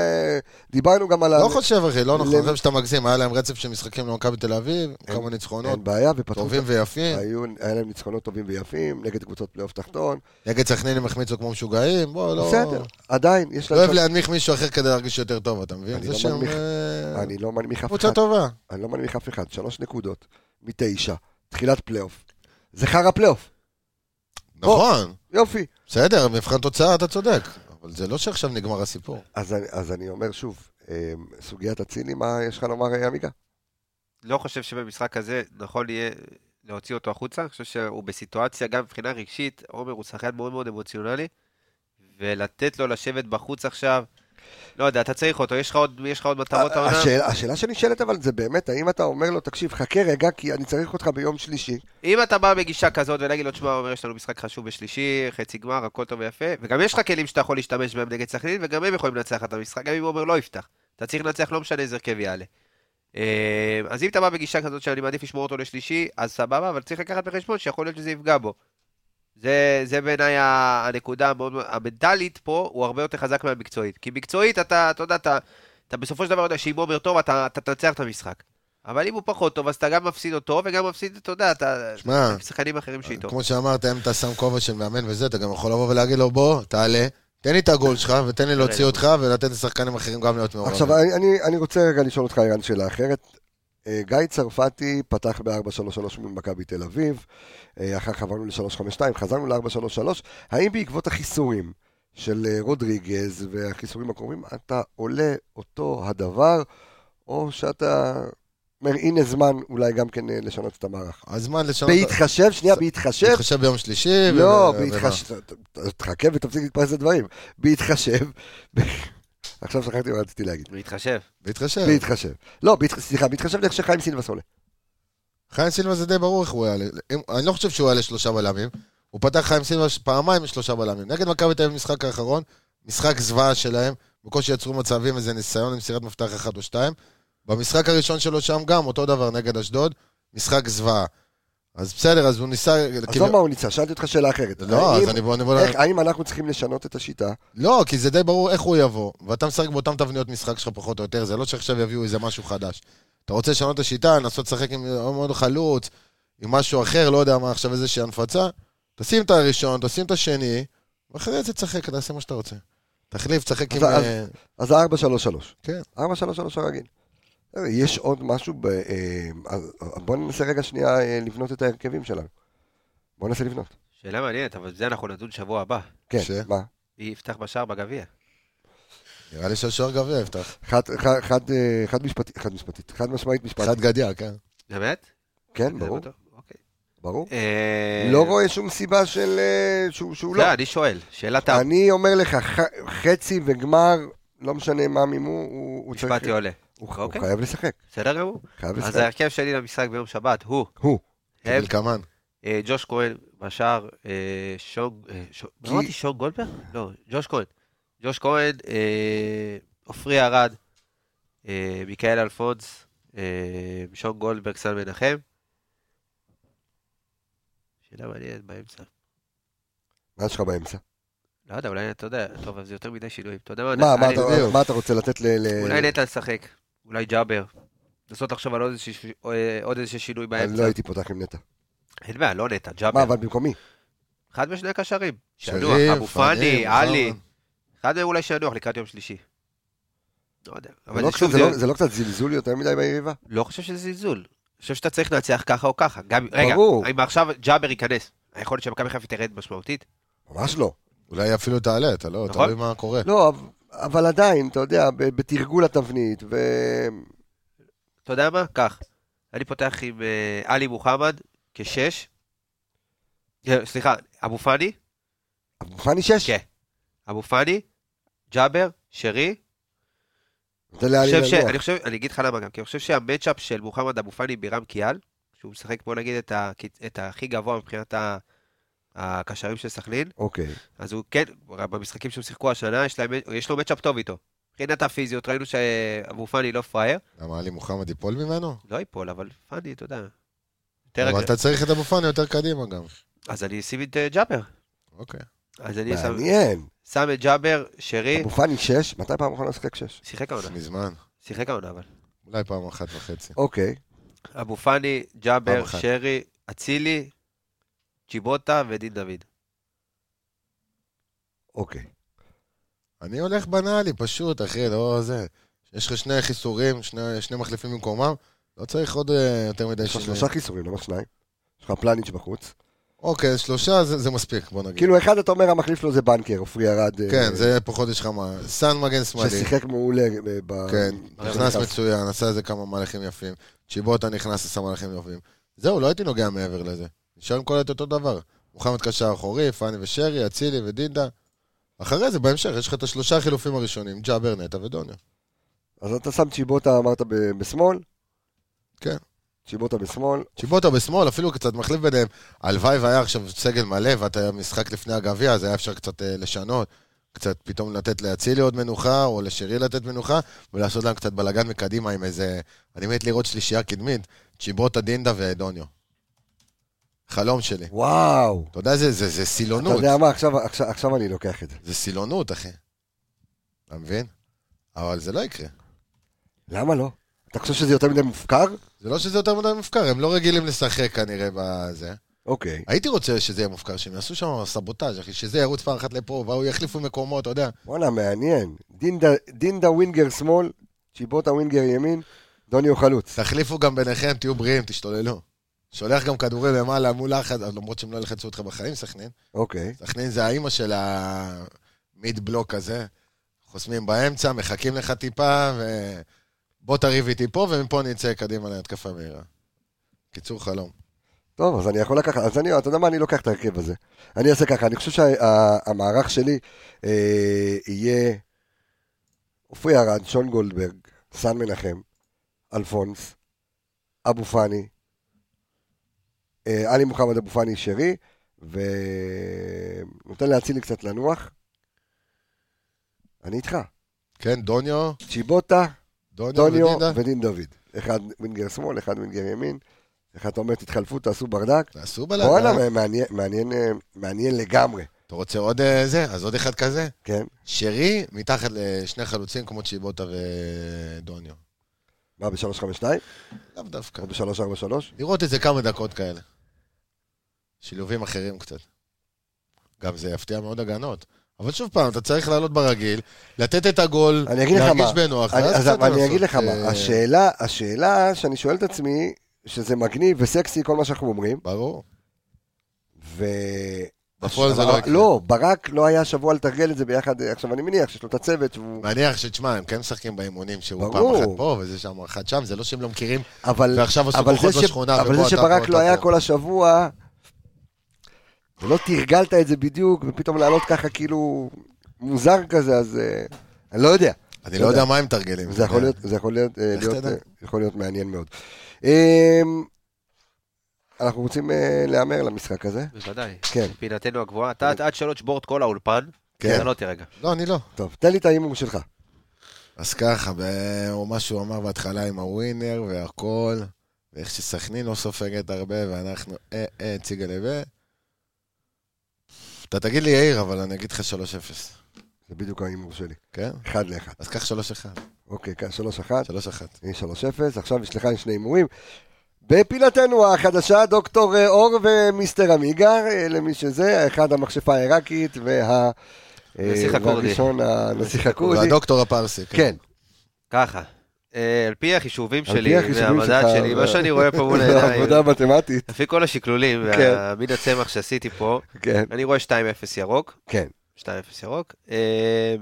דיברנו גם על... ה-
לא חושב, אחי, לא נכון,
ל-
אני חושב שאתה מגזים, היה להם רצף של משחקים למכבי תל אביב, כמה ניצחונות,
אין בעיה, ופתחו
טובים ויפים,
היו, היה להם ניצחונות טובים ויפים, נגד קבוצות פלייאוף תחתון.
נגד סכנין הם החמיצו כמו משוגעים, בוא, לא...
בסדר, עדיין, יש
לא
להם...
אוהב להנמיך מישהו אחר כדי להרגיש יותר טוב, אתה מבין?
אני
זה
לא
שהם...
מנמיך.
אה,
אני לא מנמיך אף
קבוצה
אחד.
טובה.
אני לא מנמיך אף אחד. שלוש נקודות מתשע, תחילת פלייאוף. זה חרא פלייאוף.
נכון,
יופי.
בסדר, מבחן תוצאה, אתה צודק, אבל זה לא שעכשיו נגמר הסיפור.
אז, אני- אז אני אומר שוב, אמ, סוגיית הציני, מה יש לך לומר, אה, עמיגה?
לא חושב שבמשחק הזה נכון יהיה להוציא אותו החוצה, אני חושב שהוא בסיטואציה, גם מבחינה רגשית, עומר הוא שחקן מאוד מאוד אמוציונלי, ולתת לו לשבת בחוץ עכשיו, לא יודע, אתה צריך אותו, יש לך עוד, יש לך עוד
אה,
מטרות העונה?
השאלה, השאלה שנשאלת אבל זה באמת, האם אתה אומר לו, תקשיב, חכה רגע, כי אני צריך אותך ביום שלישי.
אם אתה בא בגישה כזאת ולהגיד לו, תשמע, עומר, יש לנו משחק חשוב בשלישי, חצי גמר, הכל טוב ויפה, וגם יש לך כלים שאתה יכול להשתמש בהם נגד סכנין, וגם הם יכולים לנצח את המשחק, גם אם עומר לא יפתח. אתה צריך לנצח, לא משנה איזה הרכב יעלה. אה, אז אם אתה בא בגישה כזאת שאני מעדיף לשמור אותו לשלישי, אז סבבה, אבל צריך לקחת בחשבון שיכול להיות שזה יפגע בו. זה, זה בעיניי ה- הנקודה המאוד, המנטלית פה, הוא הרבה יותר חזק מהמקצועית. כי מקצועית אתה, אתה יודע, אתה, אתה בסופו של דבר יודע שאם עומר טוב, אתה אתה תנצח את המשחק. אבל אם הוא פחות טוב, אז אתה גם מפסיד אותו, וגם מפסיד, אתה יודע, אתה...
שמע, אה,
שחקנים אחרים שאיתו.
כמו שאמרת, אם אתה שם כובע של מאמן וזה, אתה גם יכול לבוא ולהגיד לו, בוא, תעלה, תן לי את הגול שלך, ותן לי להוציא אותך, ולתת לשחקנים אחרים גם להיות מעורבים.
עכשיו, אני- אני- אני רוצה רגע לשאול אותך, אירן, שאלה אחרת. אה, גיא צרפתי פתח ב-4-3-3 מול מכבי תל אביב, אה, אחר כך עברנו ל-3-5-2, חזרנו ל-4-3-3. האם בעקבות החיסורים של אה, רודריגז והחיסורים הקרובים, אתה עולה אותו הדבר, או שאתה אומר, הנה זמן אולי גם כן אה, לשנות את המערך?
הזמן לשנות...
בהתחשב, שנייה, בהתחשב,
בהתחשב ביום שלישי.
לא,
ו- ו-
בהתחשב, תחכה ותפסיק להתפרס לדברים. בהתחשב, עכשיו שכחתי מה רציתי להגיד.
להתחשב.
בהתחשב.
בהתחשב. לא, בהתח- סליחה, בהתחשב לאיך שחיים סילבס עולה.
חיים סילבס זה די ברור איך הוא היה, אם- אני לא חושב שהוא היה לשלושה בלמים, הוא פתח חיים סילבס פעמיים לשלושה בלמים, נגד מכבי תל אביב במשחק האחרון, משחק זוועה שלהם, בקושי יצרו מצבים, איזה ניסיון למסירת מפתח אחד או שתיים, במשחק הראשון שלו שם גם, אותו דבר נגד אשדוד, משחק זוועה. אז בסדר, אז הוא ניסה, כאילו-
עזוב לא מה הוא ניסה, שאלתי אותך שאלה אחרת.
לא,
האם-
אז אני בוא, אני בוא,
איך- האם אנחנו צריכים לשנות את השיטה?
לא, כי זה די ברור איך הוא יבוא, ואתה משחק באותן תבניות משחק שלך פחות או יותר, זה לא שעכשיו יביאו איזה משהו חדש. אתה רוצה לשנות את השיטה, לנסות לשחק עם עוד חלוץ, עם משהו אחר, לא יודע מה, עכשיו איזושהי הנפצה, תשים את הראשון, תשים את השני, ואחרי זה תשחק, תעשה מה שאתה רוצה. תחליף, תשחק עם...
אז- אז-
אה,
אז זה 4-3-3.
כן.
4-3-3 הרגיל. אה, יש עוד משהו, ב- אה, אז- בוא ננסה רגע שנייה אה, לבנות את ההרכבים שלנו. בוא ננסה לבנות.
שאלה מעניינת, אבל זה אנחנו נדון שבוע הבא.
כן,
ש?
מה?
מי יפתח בשער בגביע?
נראה לי שהשוער גביע יפתח.
חד- חד- חד אה, חד משפטית, חד משפטית, חד משמעית משפטית.
חד גדיה, כן.
באמת?
כן, ברור,
זה בטוח? אוקיי.
ברור.
אה,
לא רואה שום סיבה של... אה, שהוא שהוא לא.
לא, אני שואל, שאלת ה...
אני אומר לך, ח- חצי וגמר, לא משנה מה מימו, הוא הוא צריך...
משפטי עולה.
הוא הוא
אוקיי.
חייב לשחק,
בסדר גמור.
חייב
אז
לשחק.
ההרכב שלי למשחק ביום שבת הוא
הוא.
אב,
כדלקמן.
אה, ג'וש כהן בשער, אה, שון... אה, שון-
כי-
אמרתי שון גולדברג? לא, ג'וש כהן. ג'וש כהן, אה, עופרי ארד, אה, מיכאל אלפונס, אה, שון גולדברג, סן מנחם. שאלה מעניינת באמצע.
מה יש לך באמצע?
לא יודע, אולי אתה יודע, טוב, אבל זה יותר מדי שינויים. אתה יודע מה?
מה, מה
אני-
אתה-
בדיוק.
מה אתה רוצה לתת ל... ל-
אולי נטע לשחק, אולי ג'אבר. לנסות לחשוב על עוד איזשהו- אה, עוד איזה שינוי
אני לא
באמצע. אוקיי.
הייתי פותח עם נטע.
אין בעיה, לא נטע,
מה,
ג'אבר.
אבל אה, במקומי?
אחד משני הקשרים. שינוח,
שריף,
אבו פאני,
פאני,
עלי.
מוחמד.
אחד מהם אולי שינוח לקראת יום שלישי. לא יודע.
זה לא
אבל זה שוב,
קצת- זה לא-
זה-
זה לא קצת זלזול יותר מדי ביריבה?
לא חושב שזה זלזול. אני חושב שאתה צריך לנצח ככה או ככה. גם, רגע,
ברור.
אם עכשיו ג'אבר ייכנס, היכולת של מכבי חיפה תרד משמעותית?
ממש לא.
אולי אפילו תעלה, אתה לא,
נכון.
תלוי מה קורה.
לא, אבל- אבל עדיין, אתה יודע, ב- בתרגול התבנית, ו-
אתה יודע מה? כך. אני פותח עם אה, עלי מוחמד כשש. אה, סליחה, אבו פאני,
אבו פאני שש.
כן. אבו פאני, ג'אבר, שרי,
נותן לאלי
חושב ש...
לנוח.
אני חושב, אני אגיד לך למה גם, כי אני חושב שהמצ'אפ של מוחמד אבו פאני בירם קיאל, שהוא משחק בוא נגיד את, ה... את הכי גבוה מבחינת ה... הקשרים של סכנין,
אוקיי.
אז הוא כן, במשחקים שהם שיחקו השנה, יש, להם, יש לו מצ'אפ טוב איתו. מבחינת הפיזיות, ראינו שאבו פאני לא פראייר,
למה עלי מוחמד ייפול ממנו?
לא ייפול, אבל פאני, אתה יודע. יותר
אבל
רגע.
אתה צריך את אבו פאני יותר קדימה גם.
אז אני אשים את אה, ג'אבר.
אוקיי.
אז אני שם,
מעניין.
שם את ג'אבר, שרי,
אבו פאני שש? מתי פעם אחרונה לשחק שש?
שיחק העונה,
מזמן.
שיחק העונה אבל.
אולי פעם אחת וחצי.
אוקיי.
אבו פאני,
פעם
ג'אבר,
אחת.
שרי, אצילי, צ'יבוטה ודין דוד.
אוקיי.
אני הולך בנאלי, פשוט, אחי, לא זה. יש לך שני חיסורים, שני, שני מחליפים במקומם, לא צריך עוד אה, יותר מדי
יש לך
שינויים.
שלושה חיסורים, לא רק שניים. יש לך פלניץ' בחוץ.
אוקיי, אז שלושה זה, זה מספיק, בוא נגיד.
כאילו, אחד אתה אומר, המחליף שלו זה בנקר, עופרי ארד.
כן,
אה,
זה פחות יש לך מה... סאן מגן שמאלי.
ששיחק מעולה. ב- ב-
כן,
ב-
נכנס
ב-
מצוין, עשה איזה כמה מהלכים יפים. צ'יבוטה נכנס, עשה מהלכים יפים. זהו, לא הייתי נוגע מעבר לזה. נשאר עם כל העת אותו דבר. מוחמד קשר אחורי, פאני ושרי, אצילי ודינדה. אחרי זה, בהמשך, יש לך את השלושה החילופים הראשונים, ג'אבר, נטע ודוניו.
אז אתה שם צ'יבוטה, אמרת, ב- בשמאל?
כן.
צ'יבוטה בשמאל,
צ'יבוטה בשמאל, אפילו קצת מחליף ביניהם. הלוואי והיה עכשיו סגל מלא, ואתה היה משחק לפני הגביע, אז היה אפשר קצת אה, לשנות. קצת פתאום לתת לאצילי עוד מנוחה, או לשרי לתת מנוחה, ולעשות להם קצת בלאגן מקדימה עם איזה... אני מת לראות שלישייה קדמית, צ'יבוטה, דינדה ודוניו. חלום שלי.
וואו.
אתה יודע, זה, זה, זה
אתה
סילונות.
יודע מה, עכשיו- עכשיו- עכשיו אני לוקח את זה.
זה סילונות, אחי. אתה מבין? אבל זה לא יקרה.
למה לא? אתה חושב שזה יותר מדי מופקר?
זה לא שזה יותר מדי מופקר, הם לא רגילים לשחק כנראה בזה.
אוקיי.
הייתי רוצה שזה יהיה מופקר, שהם יעשו שם סבוטאז', אחי, שזה ירוץ פעם אחת לפה, והוא יחליפו מקומות, אתה יודע.
וואלה, מעניין. דינדה- דינדה ווינגר שמאל, צ'יבוטה ווינגר ימין, דוני הוא חלוץ.
תחליפו גם ביניכם, תהיו בריאים, תשתוללו. שולח גם כדורים למעלה מול לחץ, אבל למרות שהם לא ילחצו אותך בחיים, סכנין.
אוקיי.
סכנין זה האימא של המיד בלוק הזה. חוסמים באמצע, מחכים לך טיפה, ו... בוא תריב איתי פה, ומפה נצא קדימה להתקפה מהירה. קיצור חלום.
טוב, אז אני יכול לקחת, אז אני, אתה יודע מה, אני לוקח את ההרכב הזה. אני אעשה ככה, אני חושב שהמערך שלי אה, יהיה עופרי ארד, שון גולדברג, סן מנחם, אלפונס, אבו פאני, אה, עלי מוחמד אבו פאני שרי, ונותן להצילי קצת לנוח. אני איתך.
כן, דוניו,
צ'יבוטה,
דוניו,
דוניו
ודידה.
ודין דוד. אחד ווינגר שמאל, אחד ווינגר ימין. אחד אתה אומר, תתחלפו, תעשו ברדק.
תעשו בלאגן.
וואלה, מעניין, מעניין, אה, מעניין לגמרי,
אתה רוצה עוד אה, זה? אז עוד אחד כזה.
כן?
שרי, מתחת לשני חלוצים כמו צ'יבוטה ודוניו.
מה, ב-352?
לאו דווקא.
או ב-343?
לראות איזה כמה דקות כאלה. שילובים אחרים קצת. גם זה יפתיע מאוד הגנות. אבל שוב פעם, אתה צריך לעלות ברגיל, לתת את הגול,
אני אגיד לך מה.
להרגיש בנוח,
אני-
ואז
אז
קצת
אבל אני
לעשות,
אגיד לך
אה,
מה, השאלה, השאלה שאני שואל את עצמי, שזה מגניב וסקסי כל מה שאנחנו אומרים,
ברור.
ו...
בפועל זה
אבל-
לא יקרה.
לא, ברק לא היה שבוע לתרגל את זה ביחד, אה, עכשיו אני מניח שיש לו את הצוות, שהוא...
מניח שתשמע, הם כן משחקים באימונים, שהוא פעם
ברור.
אחת פה וזה שם אחת שם, זה לא שהם לא מכירים,
אבל...
ועכשיו עשו
אבל
כוחות
זה, ש...
בשכונה,
אבל
ובוא
זה
אתה פה,
שברק
אתה
לא היה
פה.
כל השבוע, ולא תרגלת את זה בדיוק, ופתאום לעלות ככה כאילו מוזר כזה, אז אה, אני לא יודע.
אני לא יודע מה הם מתרגלים. כן.
זה יכול להיות, זה יכול להיות, אה,
איך
להיות,
תדע?
אה, יכול להיות מעניין מאוד. אמ, אנחנו רוצים אה, להמר למשחק הזה?
בוודאי.
כן.
פינתנו הגבוהה. אתה אתה עד שלוש בור את כל האולפן.
כן.
אתה לא תירגע.
לא, אני לא.
טוב, תן לי את ההימור שלך.
אז ככה, ב- או מה שהוא אמר בהתחלה עם הווינר והכל, ואיך שסכנין לא סופגת הרבה, ואנחנו אה אה ציגה לבה. אתה תגיד לי יאיר, אבל אני אגיד לך 3-0,
זה בדיוק ההימור שלי.
כן?
אחד לאחד.
אז קח 3-1,
אוקיי, כאן שלוש אחת,
3-1.
אני שלוש אפס, עכשיו יש לך שני הימורים. בפינתנו החדשה, דוקטור אה, אור ומיסטר עמיגה, אה, למי שזה, אחד המכשפה העיראקית וה... אה,
הנסיך הכורדי.
והראשון, הנסיך הכורדי.
והדוקטור הפרסי,
כן,
ככה. אה, על פי החישובים
על פי
שלי,
החישובים
והמדד
שלך,
שלי,
ו-
מה שאני רואה פה מול העיניים,
עבודה מתמטית,
לפי כל השקלולים
כן.
והמין הצמח שעשיתי פה,
כן,
אני רואה 2-0 ירוק.
כן.
2-0 ירוק. אה,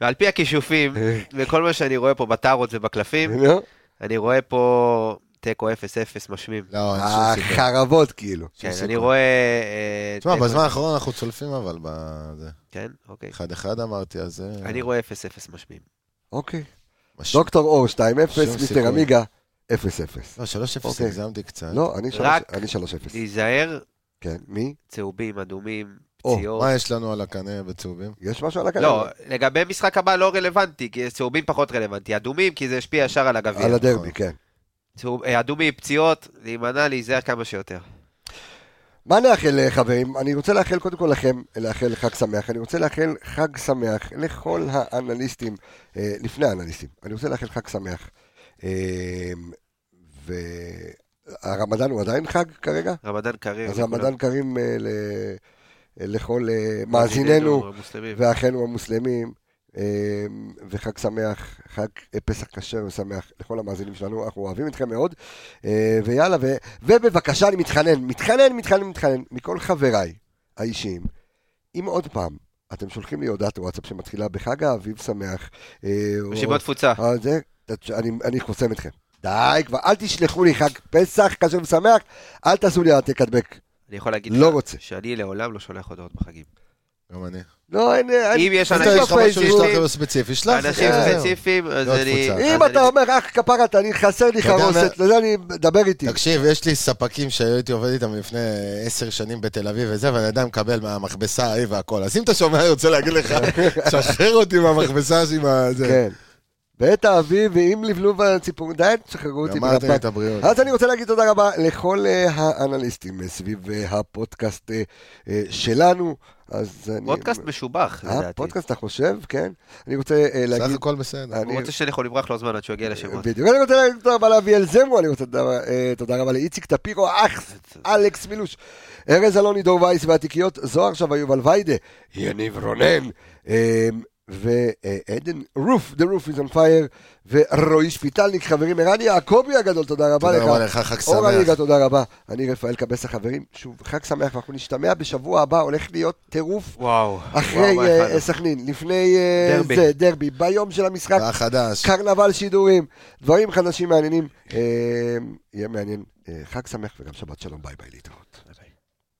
ועל פי הכישופים, וכל מה שאני רואה פה בטארות ובקלפים,
נו,
אני רואה פה תיקו 0-0 משמים.
לא, אין שום סיכוי.
החרבות אה, כאילו.
שום
אה, כן, אני
סיכוי.
רואה... אה,
תשמע,
תיקו.
בזמן האחרון אנחנו צולפים אבל בזה.
כן, אוקיי.
1-1 אמרתי, אז...
כן.
אה,
אני רואה 0-0 משמים.
אוקיי.
מש-
דוקטור אור 2-0,
שום
מיסטר
סיכוי.
עמיגה 0-0.
לא, 3-0
אוקיי.
הגזמתי קצת.
לא, אני 3-0.
רק-
אני 3-0.
להיזהר,
כן, מי?
צהובים, אדומים,
או,
פציעות.
מה יש לנו על הקנה בצהובים?
יש משהו על הקנה?
לא, לגבי משחק הבא לא רלוונטי, כי צהובים פחות רלוונטי. אדומים, כי זה השפיע ישר על הגביע.
על הדרבי, כן.
צהוב- אה, אדומים, פציעות, להימנע, להיזהר כמה שיותר.
מה נאחל אה, חברים? אני רוצה לאחל קודם כל לכם, לאחל חג שמח. אני רוצה לאחל חג שמח לכל האנליסטים, אה, לפני האנליסטים. אני רוצה לאחל חג שמח. אה, והרמדאן הוא עדיין חג כרגע?
רמדאן קרים.
אז
לכולם.
רמדאן קרים אה, ל- לכל אה, מאזיננו.
המוסלמים.
ואחינו המוסלמים, אה, וחג שמח, חג אה, פסח כשר ושמח לכל המאזינים שלנו, אנחנו אוהבים אתכם מאוד, אה, ויאללה, ו, ובבקשה, אני מתחנן, מתחנן, מתחנן, מתחנן, מכל חבריי האישיים, אם עוד פעם אתם שולחים לי הודעת וואטסאפ שמתחילה בחג האביב שמח, אה, או-
רשימת תפוצה.
אה, זה, ת- אני, אני חוסם אתכם. די כבר, אל תשלחו לי חג פסח כשר ושמח, אל תעשו לי העתק הדבק.
אני יכול להגיד
לא
לך
רוצה.
שאני לעולם לא שולח הודעות בחגים.
גם אני.
לא, אין... אין-
אם יש
אם
אנשים
יש לך משהו לשלוח
ספציפיים,
לו ספציפי,
לא,
שלח. אה,
אה,
אנשים
זהו.
ספציפיים, אז
לא
אני...
תפוצה.
אם
אז
אתה
אני-
אומר, אח כפרת, אני חסר לי
אתה יודע
חרוסת,
מה-
אתה יודע, אני דבר איתי.
תקשיב, יש לי ספקים שהייתי עובד איתם לפני עשר שנים בתל אביב וזה, ואני עדיין מקבל מהמכבסה ההיא והכל. אז אם אתה שומע, אני רוצה להגיד לך, שחרר אותי מהמכבסה שלי, מה... זה.
כן. ואת האביב, ואם לבלוב הציפור, די, תשחררו אותי.
גמרתם
מהפאק.
את הבריאות.
אז אני רוצה להגיד תודה רבה לכל אה, האנליסטים אה, סביב אה, הפודקאסט אה, אה, שלנו. אז אני...
פודקאסט משובח,
אה,
לדעתי.
פודקאסט, אתה חושב? כן. אני רוצה אה,
סך
להגיד...
הכל בסדר.
אני-
הוא רוצה שאני יכול למרוח לו זמן עד שהוא
אה,
יגיע לשמות.
בדיוק. אני רוצה להגיד תודה רבה לאביאל זמרו, אני רוצה תודה- אה, תודה רבה לאיציק טפירו, אח, אלכס מילוש, ארז אלוני, דור וייס והתיקיות, זוהר שווה יובל ויידה, יניב רונן, אה, ועדן רוף, The Roof is on fire, ורועי שפיטלניק, חברים, ערן יעקבי הגדול, תודה רבה לך.
תודה רבה לך, חג
אור הליגה,
שמח.
תודה רבה. אני רפאל קבסה, חברים. שוב, חג שמח, ואנחנו נשתמע בשבוע הבא, הולך להיות טירוף
וואו.
אחרי
וואו, מה
אה,
הכנו.
סכנין, לפני אה,
דרבי.
זה, דרבי, ביום של המשחק,
והחדש.
קרנבל שידורים, דברים חדשים מעניינים. אה, יהיה מעניין. אה, חג שמח וגם שבת שלום, ביי ביי להתראות.